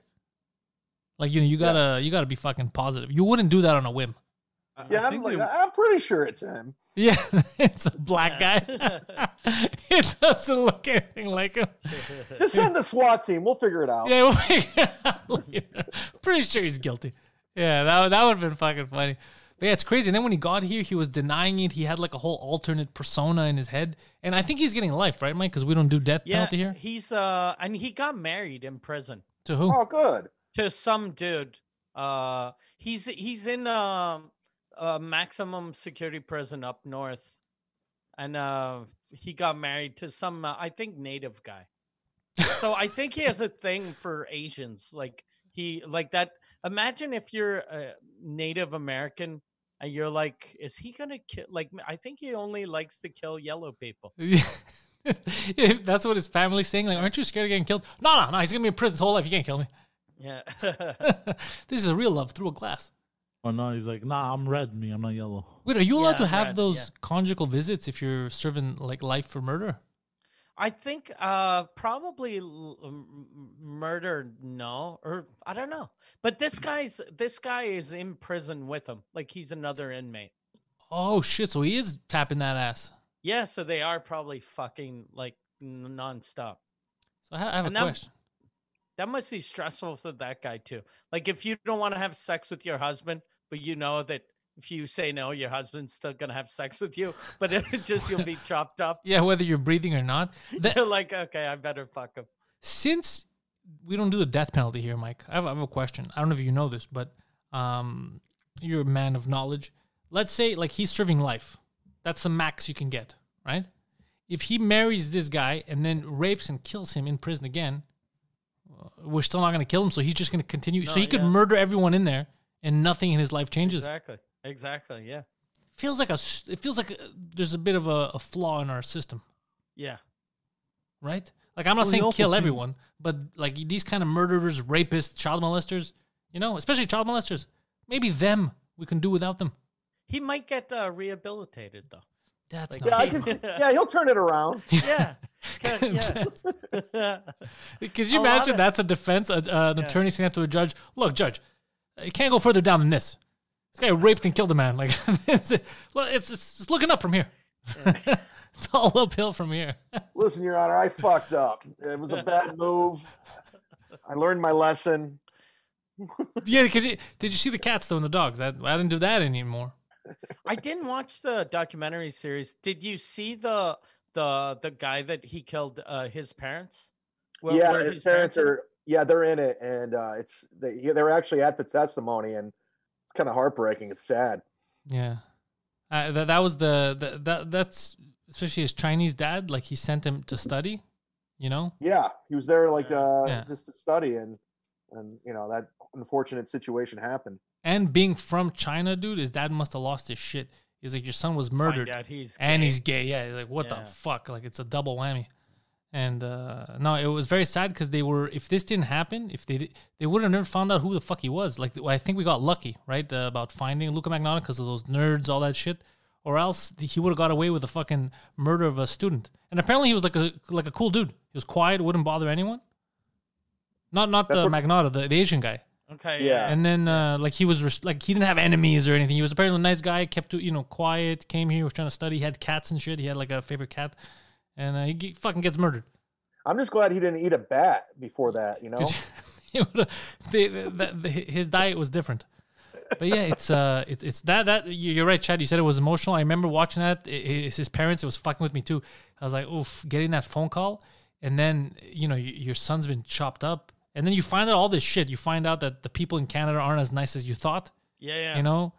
A: Like you know, you gotta, you gotta be fucking positive. You wouldn't do that on a whim.
C: I- I
D: Yeah, I'm,
C: think
D: like,
C: they-
D: I'm pretty sure it's him.
A: Yeah, it's a black guy. it doesn't look anything like him.
D: Just send the SWAT team. We'll figure it out.
A: Yeah, we'll figure it out later. pretty sure he's guilty. Yeah, that that would have been fucking funny. But yeah, it's crazy. And then when he got here, he was denying it. He had like a whole alternate persona in his head. And I think he's getting life, right, Mike? Because we don't do death
B: Yeah.
A: penalty here.
B: He's uh, and he got married in prison
A: To who?
D: Oh, good.
B: to some dude. Uh, he's he's in um a maximum security prison up north, and uh, he got married to some uh, I think native guy. so I think he has a thing for Asians, like he like that. Imagine if you're a Native American and you're like, is he gonna kill? Like I think he only likes to kill yellow people.
A: if that's what his family's saying, like, aren't you scared of getting killed? No, no, no. He's gonna be in prison his whole life. You can't kill me.
B: Yeah.
A: this is a real love through a glass.
C: Oh no, he's like, nah, I'm red, me, I'm not yellow.
A: Wait, are you allowed
B: Yeah,
A: to have
B: right,
A: those
B: yeah.
A: conjugal visits if you're serving like life for murder?
B: I think uh probably l- m- murder no or I don't know. But this guy's this guy is in prison with him. Like he's another inmate.
A: Oh shit! So he is tapping that ass.
B: Yeah, so they are probably fucking like n- nonstop.
A: So I ha- I have a
B: And that-
A: question.
B: That must be stressful for that guy too. Like if you don't want to have sex with your husband, but you know that if you say no, your husband's still gonna have sex with you, but it just you'll be chopped up.
A: Yeah, whether you're breathing or not. That-
B: You're like, okay, I better fuck him.
A: since we don't do the death penalty here, Mike, I have, I have a question. I don't know if you know this, but um, you're a man of knowledge. Let's say like he's serving life. That's the max you can get, right? If he marries this guy and then rapes and kills him in prison again, uh, we're still not going to kill him. So he's just going to continue. so
B: No,
A: he could
B: yeah.
A: murder everyone in there, and nothing in his life changes.
B: Exactly. Exactly. Yeah.
A: Feels like a. s- It feels like uh there's a bit of a, a flaw in our system
B: Yeah.
A: right? Like I'm not
C: Well, you
A: saying
C: also
A: kill
C: see-
A: everyone, but like these kind of murderers, rapists, child molesters, you know, especially child molesters, maybe them we can do without them.
B: He might get uh, rehabilitated though.
A: That's
B: Like-
A: not
D: Yeah, I
A: true.
D: can. See, yeah, he'll turn it around.
B: Yeah. yeah. yeah.
A: Could you
B: A lot
A: imagine
B: of-
A: that's a defense? A, uh, an attorney saying that to a judge, look, judge, you can't go further down than this. This guy raped and killed a man. Like, it's, well, it's, it's it's looking up from here. it's all uphill from here.
D: Listen, Your Honor, I fucked up. It was a bad move. I learned my lesson.
A: yeah, because did you see the cats though and the dogs? That I didn't do that anymore.
B: I didn't watch the documentary series. Did you see the the the guy that he killed uh, his parents? Were-
D: yeah,
B: were
D: his, parents
B: in it?
D: are. Yeah, they're in it, and uh, it's they, yeah, they're actually at the testimony, and it's kind of heartbreaking. It's sad.
A: Yeah, uh, that that was the, the that that's especially his Chinese dad. Like he sent him to study, you know.
D: Yeah, he was there like
B: Yeah.
D: uh,
A: Yeah.
D: just to study, and and you know that unfortunate situation happened.
A: And being from China, dude, his dad must have lost his shit. He's like, your son was
B: Find
A: murdered,
B: out he's
A: and
B: gay.
A: he's gay. Yeah, he's like, what
B: Yeah.
A: the fuck? Like it's a double whammy. And uh, no, it was very sad because they were. If this didn't happen, if they did, they would have never found out who the fuck he was. Like I think we got lucky, right, uh, about finding Luca Magnotta because of those nerds, all that shit. Or else he would have got away with the fucking murder of a student. And apparently he was like a like a cool dude. He was quiet, wouldn't bother anyone. Not not
D: That's
A: the
D: what-
A: Magnotta, the, the Asian guy.
B: okay.
D: Yeah.
A: And then uh, like he was res- like he didn't have enemies or anything. He was apparently a nice guy. Kept you know quiet. Came here was trying to study. He had cats and shit. He had like a favorite cat, and uh, he ge- fucking gets murdered.
D: I'm just glad he didn't eat a bat before that. You know,
A: 'Cause he would've- they- that- the- his diet was different. But yeah, it's uh, it's it's that that you- you're right, Chad. You said it was emotional. I remember watching that. I- I- It's his parents. It was fucking with me too. I was like, oof, getting that phone call, and then you know y- your son's been chopped up, and then you find out all this shit. You find out that the people in Canada aren't as nice as you thought.
B: Yeah. Yeah.
A: You know.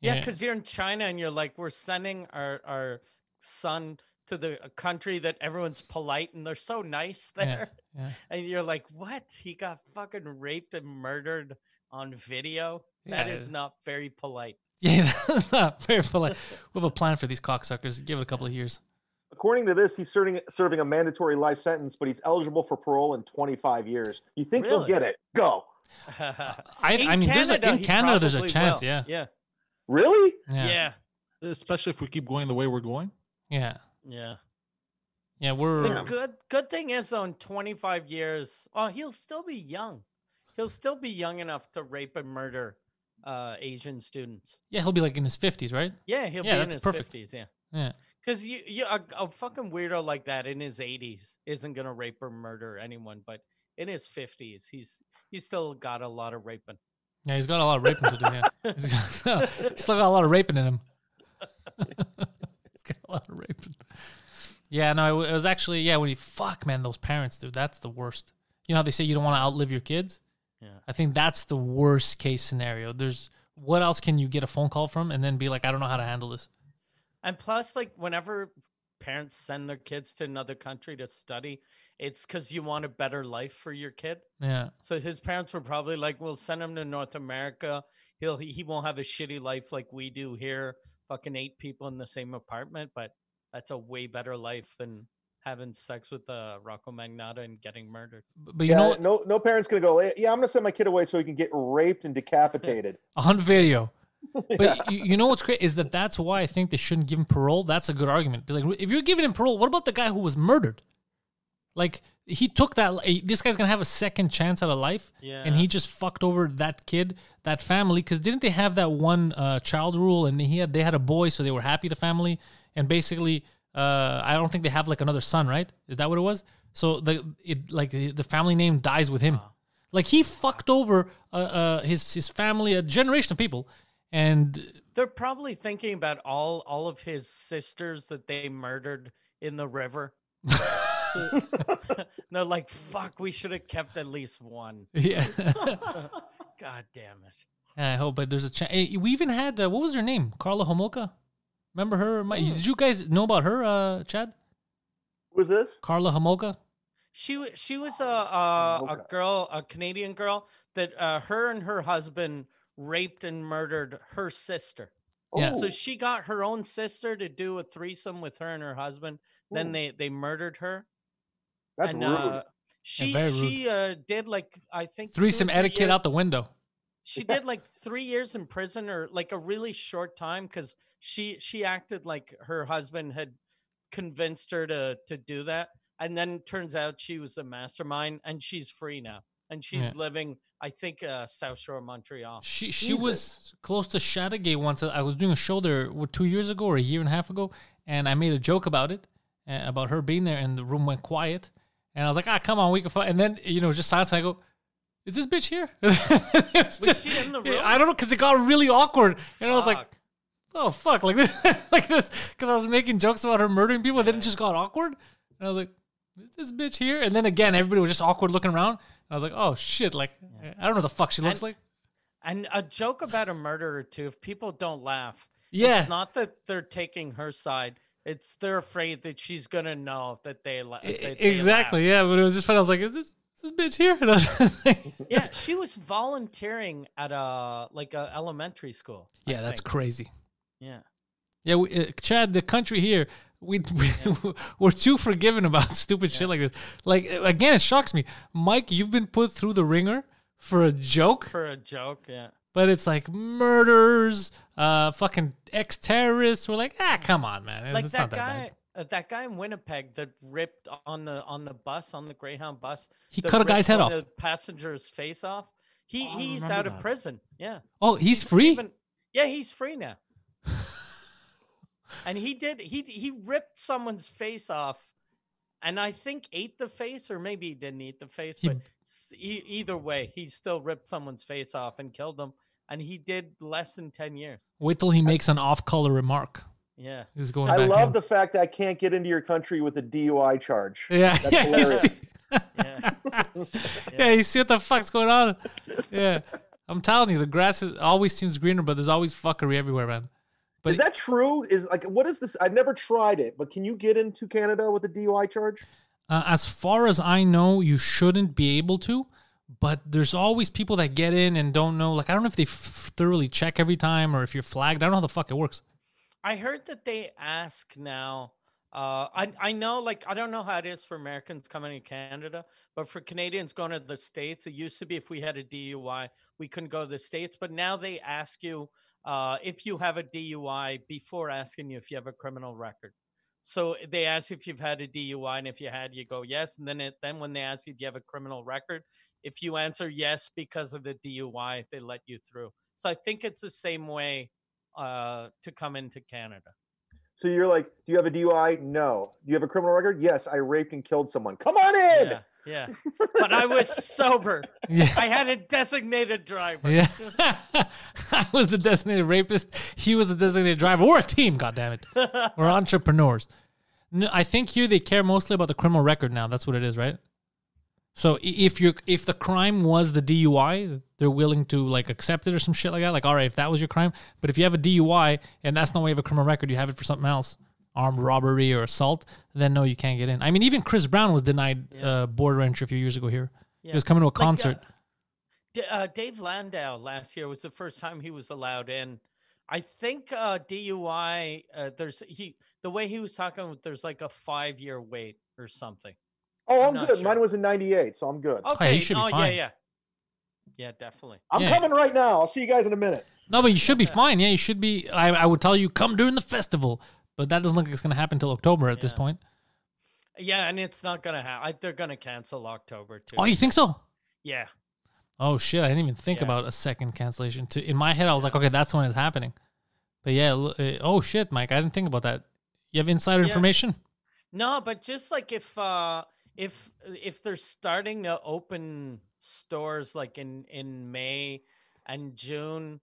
B: yeah, because you're in China and you're like, we're sending our our son to the a country that everyone's polite and they're so nice
A: Yeah,
B: there.
A: yeah.
B: And you're like, what? He got fucking raped and murdered on video. That
A: Yeah.
B: is not very polite.
A: Yeah, that's not fair. For like, we have a plan for these cocksuckers. Give it a couple of years.
D: according to this, he's serving serving a mandatory life sentence, but he's eligible for parole in 25 years. You think he'll
B: Really?
D: get it? Go.
A: Uh, I, I mean, there's a, in
B: he
A: Canada, there's a
B: probably
A: chance.
B: will.
A: Yeah.
B: Yeah.
D: Really?
A: Yeah. yeah,
B: Yeah.
C: Especially if we keep going the way we're going.
A: yeah,
B: Yeah.
A: We're
B: The good good thing is though in 25 years, oh, he'll still be young. He'll still be young enough to rape and murder uh Asian students.
A: yeah. He'll be like in his fifties, right?
B: Yeah, he'll
A: Yeah,
B: be in
A: that's
B: his
A: perfect.
B: 50s, yeah.
A: Yeah.
B: Because you, you a, a fucking weirdo like that in his 80s isn't gonna rape or murder anyone, but in his 50s, he's he's still got a lot of raping.
A: Yeah, he's got a lot of raping to do. Yeah, he's got, still got a lot of raping in him. he's got a lot of raping. Yeah, no, it wa- it was actually yeah. When you fuck, man, those parents, dude, that's the worst. You know how they say you don't want to outlive your kids.
B: Yeah.
A: I think that's the worst case scenario. There's what else can you get a phone call from and then be like, I don't know how to handle this.
B: And plus, like whenever parents send their kids to another country to study, it's because you want a better life for your kid.
A: Yeah,
B: So his parents were probably like, "We'll send him to North America. He'll he won't have a shitty life like we do here. Fucking eight people in the same apartment, but that's a way better life than having sex with uh, Rocco Magnata and getting murdered."
A: but, but you
D: yeah,
A: know what?
D: no no parent's gonna go. Yeah, I'm gonna send my kid away so he can get raped and decapitated.
A: on video. But you, you know what's great is that that's why I think they shouldn't give him parole. That's a good argument. Be like, if you're giving him parole, what about the guy who was murdered? Like he took that. eh, This guy's gonna have a second chance at a life, and
B: Yeah.
A: he just fucked over that kid, that family. Because didn't they have that one uh, child rule? And he had they had a boy, so they were happy the family. And basically, uh, I don't think they have like another son, right? Is that what it was? So the it like the the family name dies with him. Like he fucked over uh, uh, his his family, a generation of people, and
B: They're probably thinking about all all of his sisters that they murdered in the river. so, they're like, "Fuck, we should have kept at least one."
A: yeah,
B: God damn it!
A: I hope. But there's a chance. We even had uh, what was her name? Carla Homolka. Remember her? My, Did you guys know about her, uh, Chad?
D: was this?
A: Carla Homolka.
B: She wa- she was a
D: Oh,
B: a, a
D: Mocha.
B: girl, a Canadian girl that uh, her and her husband raped and murdered her sister.
A: Yeah.
D: Oh,
B: So she got her own sister to do a threesome with her and her husband. Then
D: Ooh.
B: they they murdered her.
D: That's
B: and,
D: rude.
B: Uh, she
A: very rude.
B: she uh, did like I think two or
A: Threesome
B: three
A: etiquette
B: years-
A: out the window.
B: She
D: Yeah.
B: did like three years in prison or like a really short time because she she acted like her husband had convinced her to to do that, and then turns out she was a mastermind, and she's free now, and she's
A: Yeah.
B: living I think uh, South Shore Montreal.
A: She she was close to Shattergate once. I was doing a show there what, two years ago or a year and a half ago, and I made a joke about it, uh, about her being there, and the room went quiet. And I was like, ah, come on, we can fight. And then you know, just silence. And I go, is this bitch here? It was
B: she in the
A: yeah,
B: room?
A: I don't know because it got really awkward, and I was like,
B: Fuck.
A: oh fuck, like this, like this, because I was making jokes about her murdering people, then it just got awkward, and I was like, is this bitch here? And then again, everybody was just awkward looking around. And I was like, oh shit, like I don't know what the fuck she looks
B: And-
A: like.
B: And a joke about a murderer too. If people don't laugh,
A: Yeah.
B: it's not that they're taking her side. It's they're afraid that she's gonna know that they, la-
A: E-
B: that they laugh.
A: exactly, yeah. But it was just funny. I was like, is this is this bitch here? And I was like,
B: Yeah, she was volunteering at a like a elementary school. I
A: yeah, that's
B: think.
A: crazy.
B: yeah.
A: Yeah, we, uh, Chad, the country here, we, we we're too forgiving about stupid shit like this. Like uh, again, it shocks me, Mike. You've been put through the ringer for a joke.
B: For a joke, yeah.
A: but it's like murders, uh, fucking ex terrorists. We're like, ah, come on, man. It's,
B: Like
A: it's not
B: that
A: that
B: guy,
A: bad.
B: uh, that guy in Winnipeg that ripped on the on the bus on the Greyhound bus.
A: He
B: that
A: cut a guy's
B: ripped
A: head off.
B: one of The passenger's face off. He
C: Oh, I
B: he's
C: remember
B: out of
C: that.
B: prison. Yeah.
A: Oh, he's free.
B: Even, yeah, he's free now. and he did he he ripped someone's face off, and I think ate the face, or maybe he didn't eat the face,
A: He-
B: but s- e- either way, he still ripped someone's face off and killed them. And he did less than ten years.
A: Wait till he makes an off-color remark.
B: Yeah,
A: He's going.
D: I
A: back
D: love
A: in.
D: the fact that I can't get into your country with a DUI charge.
A: Yeah, yeah, you
D: hilarious.
A: see-
B: yeah.
A: yeah, you see what the fuck's going on. Yeah, I'm telling you, the grass is, always seems greener, but there's always fuckery everywhere, man. But
D: Is that true? Is like what is this? I've never tried it, but can you get into Canada with a DUI charge?
A: Uh, as far as I know, you shouldn't be able to, but there's always people that get in and don't know. Like, I don't know if they f- thoroughly check every time or if you're flagged. I don't know how the fuck it works.
B: I heard that they ask now. Uh, I I know, like I don't know how it is for Americans coming to Canada, but for Canadians going to the states, it used to be if we had a DUI, we couldn't go to the states. But now they ask you uh, if you have a DUI before asking you if you have a criminal record. So they ask if you've had a DUI, and if you had, you go yes. And then it, then when they ask you do you have a criminal record, if you answer yes because of the DUI, they let you through. So I think it's the same way uh, to come into Canada.
D: So you're like, do you have a DUI? No. Do you have a criminal record? Yes, I raped and killed someone. Come on in.
B: Yeah, yeah. But I was sober.
A: Yeah.
B: I had a designated driver.
A: Yeah. I was the designated rapist. He was the designated driver. We're a team, goddammit. We're entrepreneurs. No, I think here they care mostly about the criminal record now. That's what it is, right? So i- if you if the crime was the DUI, they're willing to like accept it or some shit like that. Like, all right, if that was your crime, but if you have a DUI and that's not why you have a criminal record, you have it for something else, armed robbery or assault, then no, you can't get in. I mean, even Chris Brown was denied uh, border entry a few years ago here. He
B: Yeah.
A: was coming to a
B: uh,
A: concert.
B: D- uh, Dave Landau last year was the first time he was allowed in. I think uh, DUI. Uh, there's he the way he was talking. There's like a five year wait or something.
D: Oh,
B: I'm
D: I'm,
B: not
D: good.
B: sure. Oh,
D: Mine was in '98, so I'm good.
A: Oh, yeah,
B: Okay.
A: you should be
B: oh
A: fine.
B: yeah, yeah. Yeah, definitely.
D: I'm
A: Yeah.
D: coming right now. I'll see you guys in a minute.
A: No, but you should be fine. Yeah, you should be. I, I would tell you come during the festival, but that doesn't look like it's gonna happen until October at this
B: Yeah.
A: point.
B: Yeah, and it's not gonna happen. They're gonna cancel October too.
A: Oh, you think so?
B: yeah,
A: Oh shit! I didn't even think
B: Yeah.
A: about a second cancellation. To in my head, I was like, okay, that's when it's happening. But yeah, l- uh, oh shit, Mike, I didn't think about that. You have insider
B: Yeah.
A: information?
B: no, but just like if uh if if they're starting to open stores like in in May and June,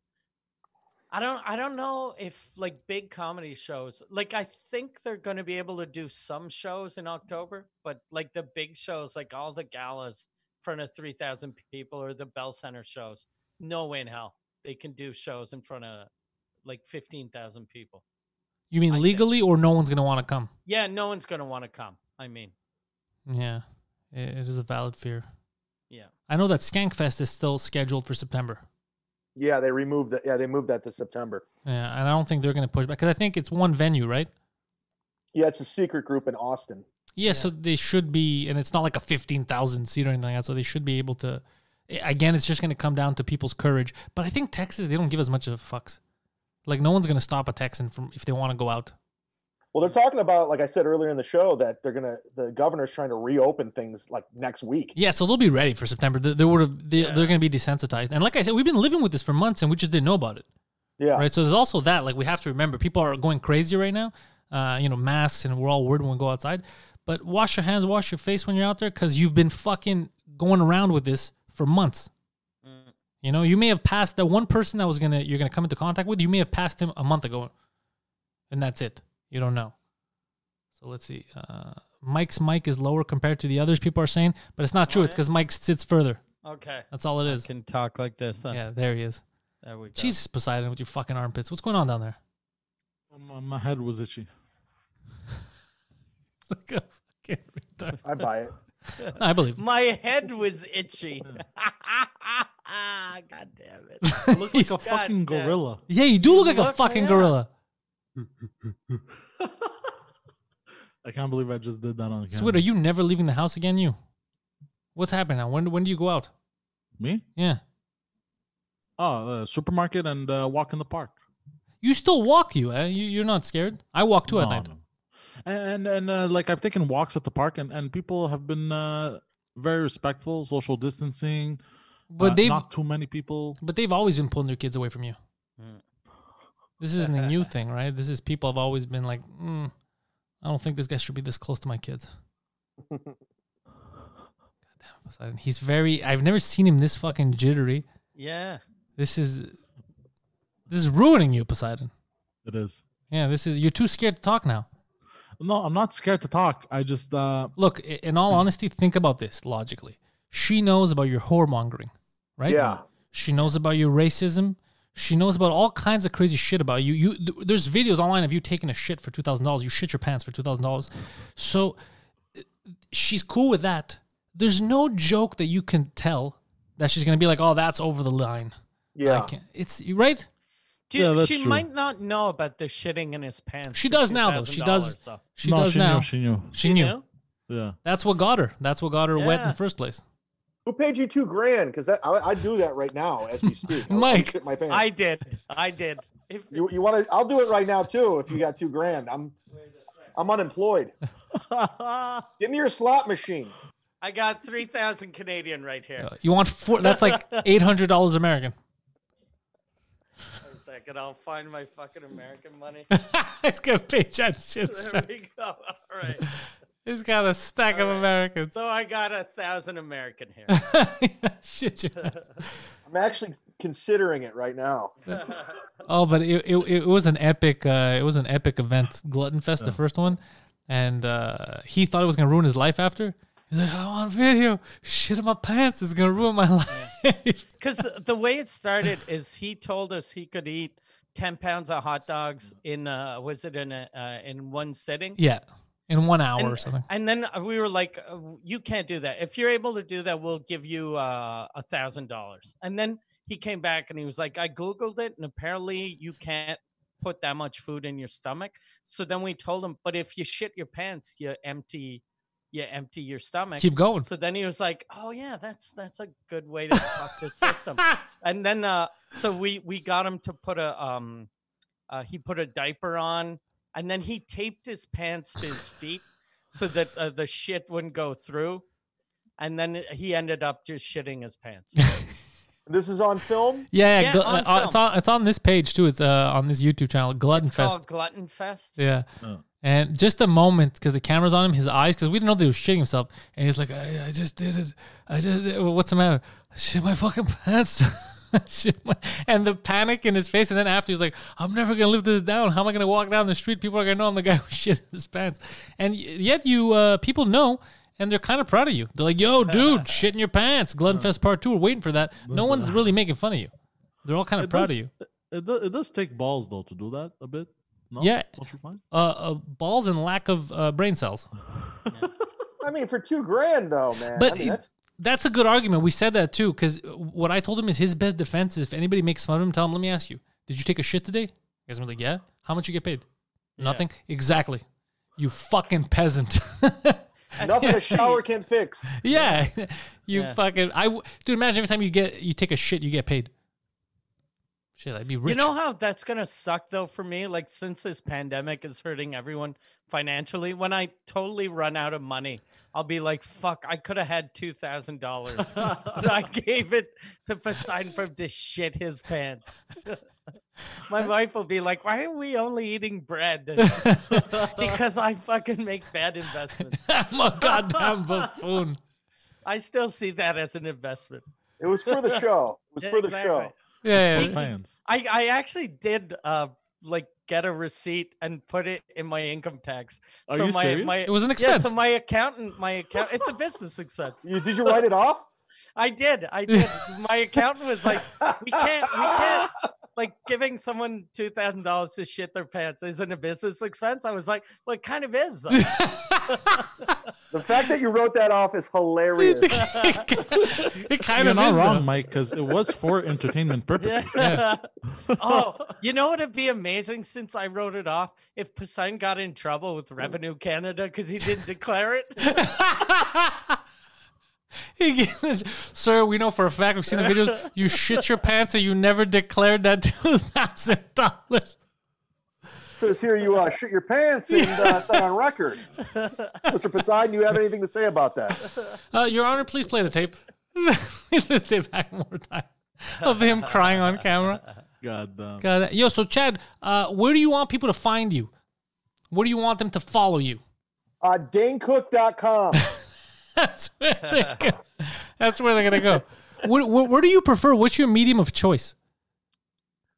B: I don't I don't know if like big comedy shows like I think they're gonna be able to do some shows in October, but like the big shows like all the galas in front of three thousand people or the Bell Center shows, no way in hell they can do shows in front of like fifteen thousand people.
A: You mean
B: I think-
A: legally, or no one's gonna want to come?
B: Yeah, no one's gonna want to come. I mean,
A: Yeah, i- it is a valid fear.
B: yeah,
A: I know that Skankfest is still scheduled for September.
D: Yeah, they removed that. Yeah, they moved that to September.
A: Yeah, and I don't think they're gonna push back because I think it's one venue, right?
D: Yeah, it's a secret group in Austin.
A: Yeah, so they should be, and it's not like a fifteen thousand seat or anything like that. So they should be able to. I- Again, it's just going to come down to people's courage. But I think Texas, they don't give as much of a fucks. Like no one's going to stop a Texan from if they want to go out.
D: Well, they're talking about, like I said earlier in the show, that they're gonna the governor's trying to reopen things like next week.
A: Yeah, so they'll be ready for September. They, they would have. They,
B: Yeah.
A: They're going to be desensitized. And like I said, we've been living with this for months, and we just didn't know about it.
D: Yeah,
A: Right. So there's also that. Like we have to remember, people are going crazy right now. Uh, you know, masks, and we're all worried when we go outside. But wash your hands, wash your face when you're out there, because you've been fucking going around with this for months.
B: Mm,
A: You know, you may have passed that one person that was gonna you're gonna come into contact with. You may have passed him a month ago, and that's it. You don't know. So let's see. Uh, Mike's mic is lower compared to the others. People are saying, but it's not true. It's
B: Oh, yeah.
A: because Mike sits further.
B: okay.
A: That's all it is.
B: Can talk like this. Then.
A: Yeah, there he is.
B: there we go.
A: Jesus Poseidon with your fucking armpits. What's going on down there?
C: My, my head was itchy.
A: Like a fucking retard.
D: I buy it.
A: No, I believe. him.
B: My head was itchy. God damn it! I Look
A: He's-
C: A fucking
B: God damn.
C: gorilla.
A: Yeah, you do
B: You
A: look like a
B: look-
A: fucking
B: yeah.
A: gorilla.
C: I can't believe I just did that on camera.
A: Sweet, are you never leaving the house again? You. What's happening now? When when do you go out?
C: me?
A: Yeah,
C: Oh, uh, supermarket and uh, walk in the park.
A: you still walk. You, eh? you you're not scared. I walk too at
C: No,
A: night.
C: no. And and uh, like I've taken walks at the park, and and people have been uh, very respectful, social distancing.
A: But
C: uh,
A: they've
C: not too many people.
A: But they've always been pulling their kids away from you.
B: Mm.
A: This isn't a new thing, right? This is people have always been like, mm, I don't think this guy should be this close to my kids. Goddamn, Poseidon. He's very. I've never seen him this fucking jittery.
B: Yeah.
A: This is this is ruining you, Poseidon.
C: It is.
A: Yeah, this is. You're too scared to talk now.
C: No, I'm not scared to talk. I just uh,
A: Look, i- in
D: Hmm.
A: all honesty, think about this logically. She knows about your whoremongering, right?
D: Yeah.
A: She knows about your racism. She knows about all kinds of crazy shit about you. You th- there's videos online of you taking a shit for two thousand dollars. You shit your pants for two thousand dollars. So uh, she's cool with that. There's no joke that you can tell that she's gonna be like, "Oh, that's over the line." I
D: Yeah,
A: can't. It's you right.
B: Dude,
C: Yeah, that's
B: she
C: true.
B: might not know about the shitting in his pants.
A: She
B: for
A: does now, though. She does.
B: $2,000, so-
A: She
C: no,
A: does
C: she
A: now.
C: knew. She knew.
A: She knew.
C: Yeah.
A: That's what got her. That's what got her wet in
B: Yeah.
A: the first place.
D: who paid you two grand? Because that I, I do that right now as we speak. I- I
A: Mike.
D: shit my pants.
B: I did. I did. If
D: you you want to? I'll do it right now too. If you got two grand, I'm I'm unemployed. Give me your slot machine.
B: I got three thousand Canadian right here.
A: You want four? That's like eight hundred dollars American.
B: One second, I'll find my fucking American money.
A: it's gonna pay Chad shit.
B: There we go. All right.
A: He's got a stack of
B: All right.
A: Americans.
B: So I got a thousand American here.
A: shit your pants.
D: I'm actually considering it right now.
A: Oh, but it, it, it was an epic uh, it was an epic event, Glutton Fest, the first one, and uh, he thought it was gonna ruin his life. After he's like, I'm on video, shit in my pants is gonna ruin my life.
B: Because the way it started is he told us he could eat ten pounds of hot dogs in uh, was it in a, uh, in one sitting?
A: yeah, in one hour or
B: And-
A: something.
B: And then uh, we were like, uh, w- "You can't do that. If you're able to do that, we'll give you uh, a thousand dollars." And then he came back and he was like, "I googled it, and apparently you can't put that much food in your stomach." So then we told him, "But if you shit your pants, you empty, you empty your stomach.
A: Keep going.
B: So then he was like, "Oh yeah, that's that's a good way to fuck the system." And then uh, so we we got him to put a um, uh, he put a diaper on, and then he taped his pants to his feet so that uh, the shit wouldn't go through. And then he ended up just shitting his pants.
D: This is on film.
A: Yeah, yeah.
B: Yeah,
A: gl-
B: on
A: uh, it's on it's on this page too. It's uh, on this YouTube channel, Glutton
B: It's
A: Fest.
B: called Glutton Fest.
A: Yeah.
C: Oh.
A: And just a moment, because the camera's on him, his eyes, because we didn't know that he was shitting himself, and he's like, I, "I just did it. I just did it. Well, what's the matter? I shit my fucking pants." Shit my- and the panic in his face, and then after he's like, "I'm never gonna live this down. How am I gonna walk down the street? People are gonna know I'm the guy who shit his pants." And y- yet, you uh, people know, and they're kind of proud of you. They're like, "Yo, dude, shit in your pants, Glenfest Part Two. We're waiting for that." No one's really making fun of you. They're all kind of
C: It
A: proud
C: does-
A: of you.
C: It, do, it does take balls though to do that a bit. No?
A: Yeah.
C: Don't you find?
A: Uh, uh, balls and lack of uh, brain cells.
D: I mean, for two grand though, man.
A: But
D: I
A: it-
D: mean, that's
A: That's a good argument. We said that too, because what I told him is his best defense is if anybody makes fun of him, tell him, let me ask you, did you take a shit today? You guys are like, yeah. How much you get paid? Nothing. Exactly. You fucking peasant.
D: nothing a
B: Especially-
D: shower can fix.
A: yeah. You
B: Yeah.
A: fucking, I, w- dude, imagine every time you get, you take a shit, you get paid. Shit, I'd be rich.
B: You know how that's gonna suck though for me. Like since this pandemic is hurting everyone financially, when I totally run out of money, I'll be like, "Fuck! I could have had two thousand dollars, but I gave it to Poseidon for him to shit his pants." My wife will be like, "Why are we only eating bread?" because I fucking make bad investments.
A: I'm a goddamn buffoon.
B: I still see that as an investment.
D: It was for the show. It was
B: Yeah,
D: for the
B: exactly.
D: show.
A: Yeah. yeah.
C: Plans.
B: I I actually did uh like get a receipt and put it in my income tax.
C: Are
B: so
C: you
B: my
C: serious?
B: my
A: It was an
B: yeah,
A: expense.
B: so my accountant, my account, it's a business expense.
D: You, did you write it off?
B: I did, I did. My accountant was like, we can't, we can't, like giving someone two thousand dollars to shit their pants isn't a business expense. I was like, well, it kind of is. though."
D: The fact that you wrote that off is hilarious.
A: it kind
C: You're
A: of
C: not
A: is.
C: wrong,
A: though.
C: Mike, because it was for entertainment purposes.
A: Yeah.
B: oh, you know what would be amazing since I wrote it off? If Poseidon got in trouble with Revenue Canada because he didn't declare it.
A: He gets- Sir, we know for a fact we've seen the videos. You shit your pants and you never declared that two thousand dollars.
D: says here you uh, shit your pants and uh, it's not on record. Mr. Poseidon, do you have anything to say about that?
A: Uh, Your Honor, please play the tape. Play the tape back one more time of him crying on camera.
C: God damn.
A: God, uh, yo, so Chad, uh, where do you want people to find you? Where do you want them to follow you?
D: Uh, DaneCook.com.
A: That's where they're gonna, that's where they're gonna go. Where, where, where do you prefer? What's your medium of choice?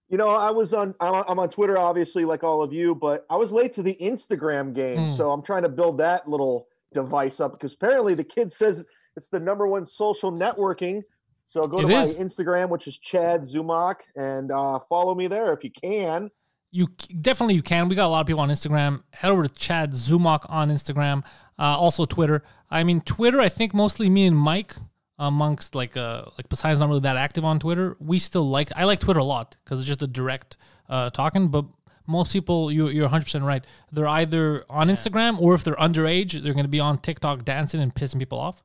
D: You know, I was on. I'm on- I'm on Twitter, obviously, like all of you, but I was late to the Instagram game,
A: Hmm.
D: so I'm trying to build that little device up because apparently the kid says it's the number one social networking. So go to
A: It
D: my
A: is.
D: Instagram, which is Chad Zumach, and uh, follow me there if you can.
A: you c- definitely you can. We got a lot of people on Instagram. Head over to Chad Zumach on Instagram, uh, also Twitter. I mean, Twitter. I think mostly me and Mike, amongst like uh like besides not really that active on Twitter. We still like I like Twitter a lot because it's just the direct uh, talking. But most people, you you're 100 percent right. They're either on Instagram or if they're underage, they're going to be on TikTok dancing and pissing people off.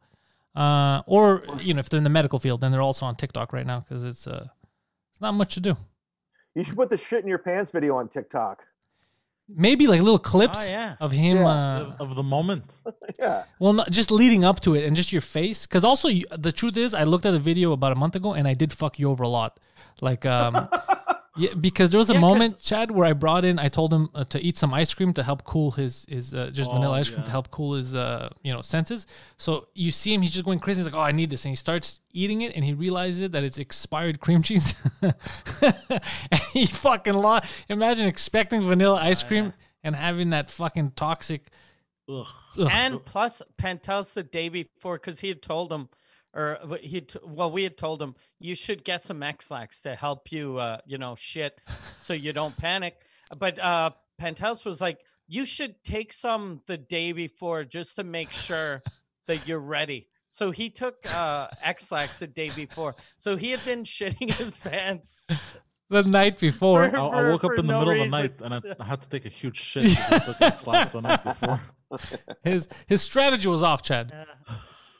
A: Uh, or you know, if they're in the medical field, then they're also on TikTok right now because it's uh, it's not much to do.
D: You should put the shit in your pants video on TikTok.
A: Maybe like little clips
B: yeah.
A: of him.
D: Yeah.
A: Uh,
C: Of the moment.
D: Yeah,
A: Well, not just leading up to it and just your face. Because also, you, the truth is, I looked at a video about a month ago and I did fuck you over a lot. Like, um, yeah, because there was a
B: Yeah, 'cause-
A: moment, Chad, where I brought in, I told him uh, to eat some ice cream to help cool his, his uh, just vanilla
C: Oh,
A: ice cream to
C: yeah.
A: help cool his, uh, you know, senses. So you see him, he's just going crazy. He's like, oh, I need this. And he starts eating it and he realizes that it's expired cream cheese. and he fucking lost. Imagine expecting vanilla ice cream and having that fucking toxic.
C: Ugh.
B: and plus Pentel's the day before because he had told him, or w- he t- well, we had told him you should get some X-Lax to help you, uh, you know, shit, so you don't panic. But uh, Pentel's was like, you should take some the day before just to make sure that you're ready. So he took uh, X-Lax the day before. So he had been shitting his pants.
A: The night before,
C: I, I
B: for-
C: woke up
B: for
C: in the
B: no
C: middle
B: reason.
C: of the night and I, I had to take a huge shit. 'cause I took X lax the night before.
A: His his strategy was off, Chad.
B: Yeah.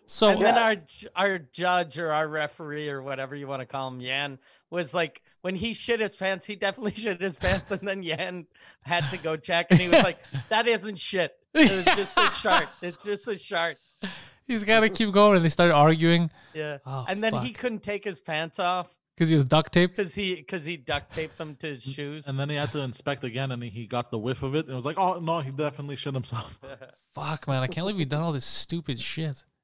A: So
B: and then
D: Yeah.
B: our j- our judge or our referee or whatever you want to call him, Yan, was like, when he shit his pants, he definitely shit his pants, and then Yan had to go check, and he was like, "That isn't shit. It was just a shark. It's just a shark."
A: he's got to keep going, and they started arguing
B: Yeah.
A: Oh,
B: and then he
A: fuck.
B: couldn't take his pants off
A: because he was duct taped.
B: because he because he duct taped them to his shoes.
C: And then he had to inspect again, and he got the whiff of it, and was like, "Oh no, he definitely shit himself."
A: Fuck, man, I can't believe you done all this stupid shit.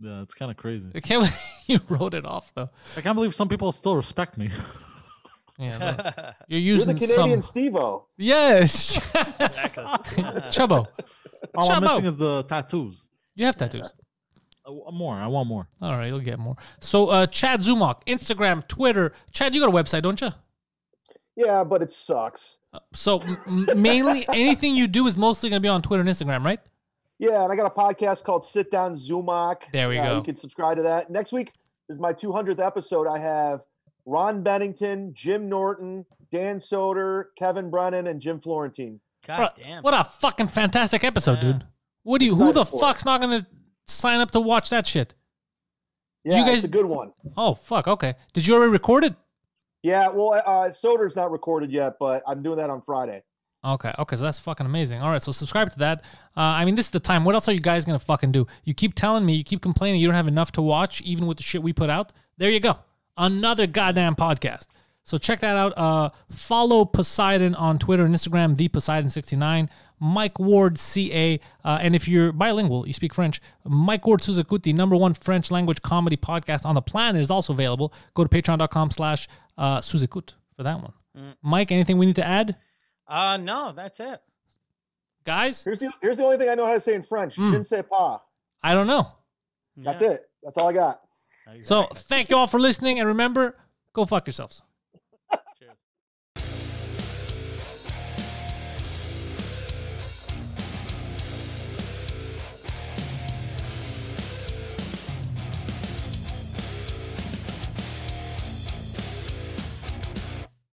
C: Yeah, it's kind of crazy.
A: I can't believe you wrote it off though.
C: I can't believe some people still respect me.
A: Yeah, no. you're
D: You're
A: using
D: the Canadian
A: some.
D: Stevo.
A: Yes,
B: Exactly.
A: Chubbo,
C: All
A: Chamo.
C: I'm missing is the tattoos.
A: you have tattoos.
C: I w- More, I want more.
A: All right, you'll get more. So, uh, Chad Zumok, Instagram, Twitter. Chad, you got a website, don't you?
D: Yeah, but it sucks.
A: So m- mainly anything you do is mostly going to be on Twitter and Instagram, right?
D: Yeah, and I got a podcast called Sit Down Zumok.
A: There we
D: Yeah,
A: go.
D: You can subscribe to that. Next week is my 200th episode. I have Ron Bennington, Jim Norton, Dan Soder, Kevin Brennan, and Jim Florentine.
B: God
A: Bruh,
B: damn.
A: What a fucking fantastic episode,
B: Yeah.
A: dude. What do you? Who the
D: Excited for it.
A: fuck's not going to sign up to watch that shit? You
D: Yeah,
A: guys-
D: it's a good one.
A: Oh fuck. Okay. Did you already record it?
D: Yeah, well, uh, Soder's not recorded yet, but I'm doing that on Friday.
A: Okay, okay, so that's fucking amazing. All right, so subscribe to that. Uh, I mean, this is the time. What else are you guys gonna fucking do? You keep telling me, you keep complaining you don't have enough to watch, even with the shit we put out. There you go, another goddamn podcast. So check that out. Uh, follow Poseidon on Twitter and Instagram, the Poseidon69, Mike Ward CA, uh, and if you're bilingual, you speak French. Mike Ward Suzukuti, number one French language comedy podcast on the planet, is also available. Go to Patreon.com/slash uh, Suzukut for that one. Mike, anything we need to add?
B: Uh, no, that's it.
A: Guys,
D: Here's the here's the only thing I know how to say in French.
A: Hmm.
D: Je ne sais pas.
A: I don't know.
D: That's it. That's all I got.
A: So thank you all for listening, and remember, go fuck yourselves.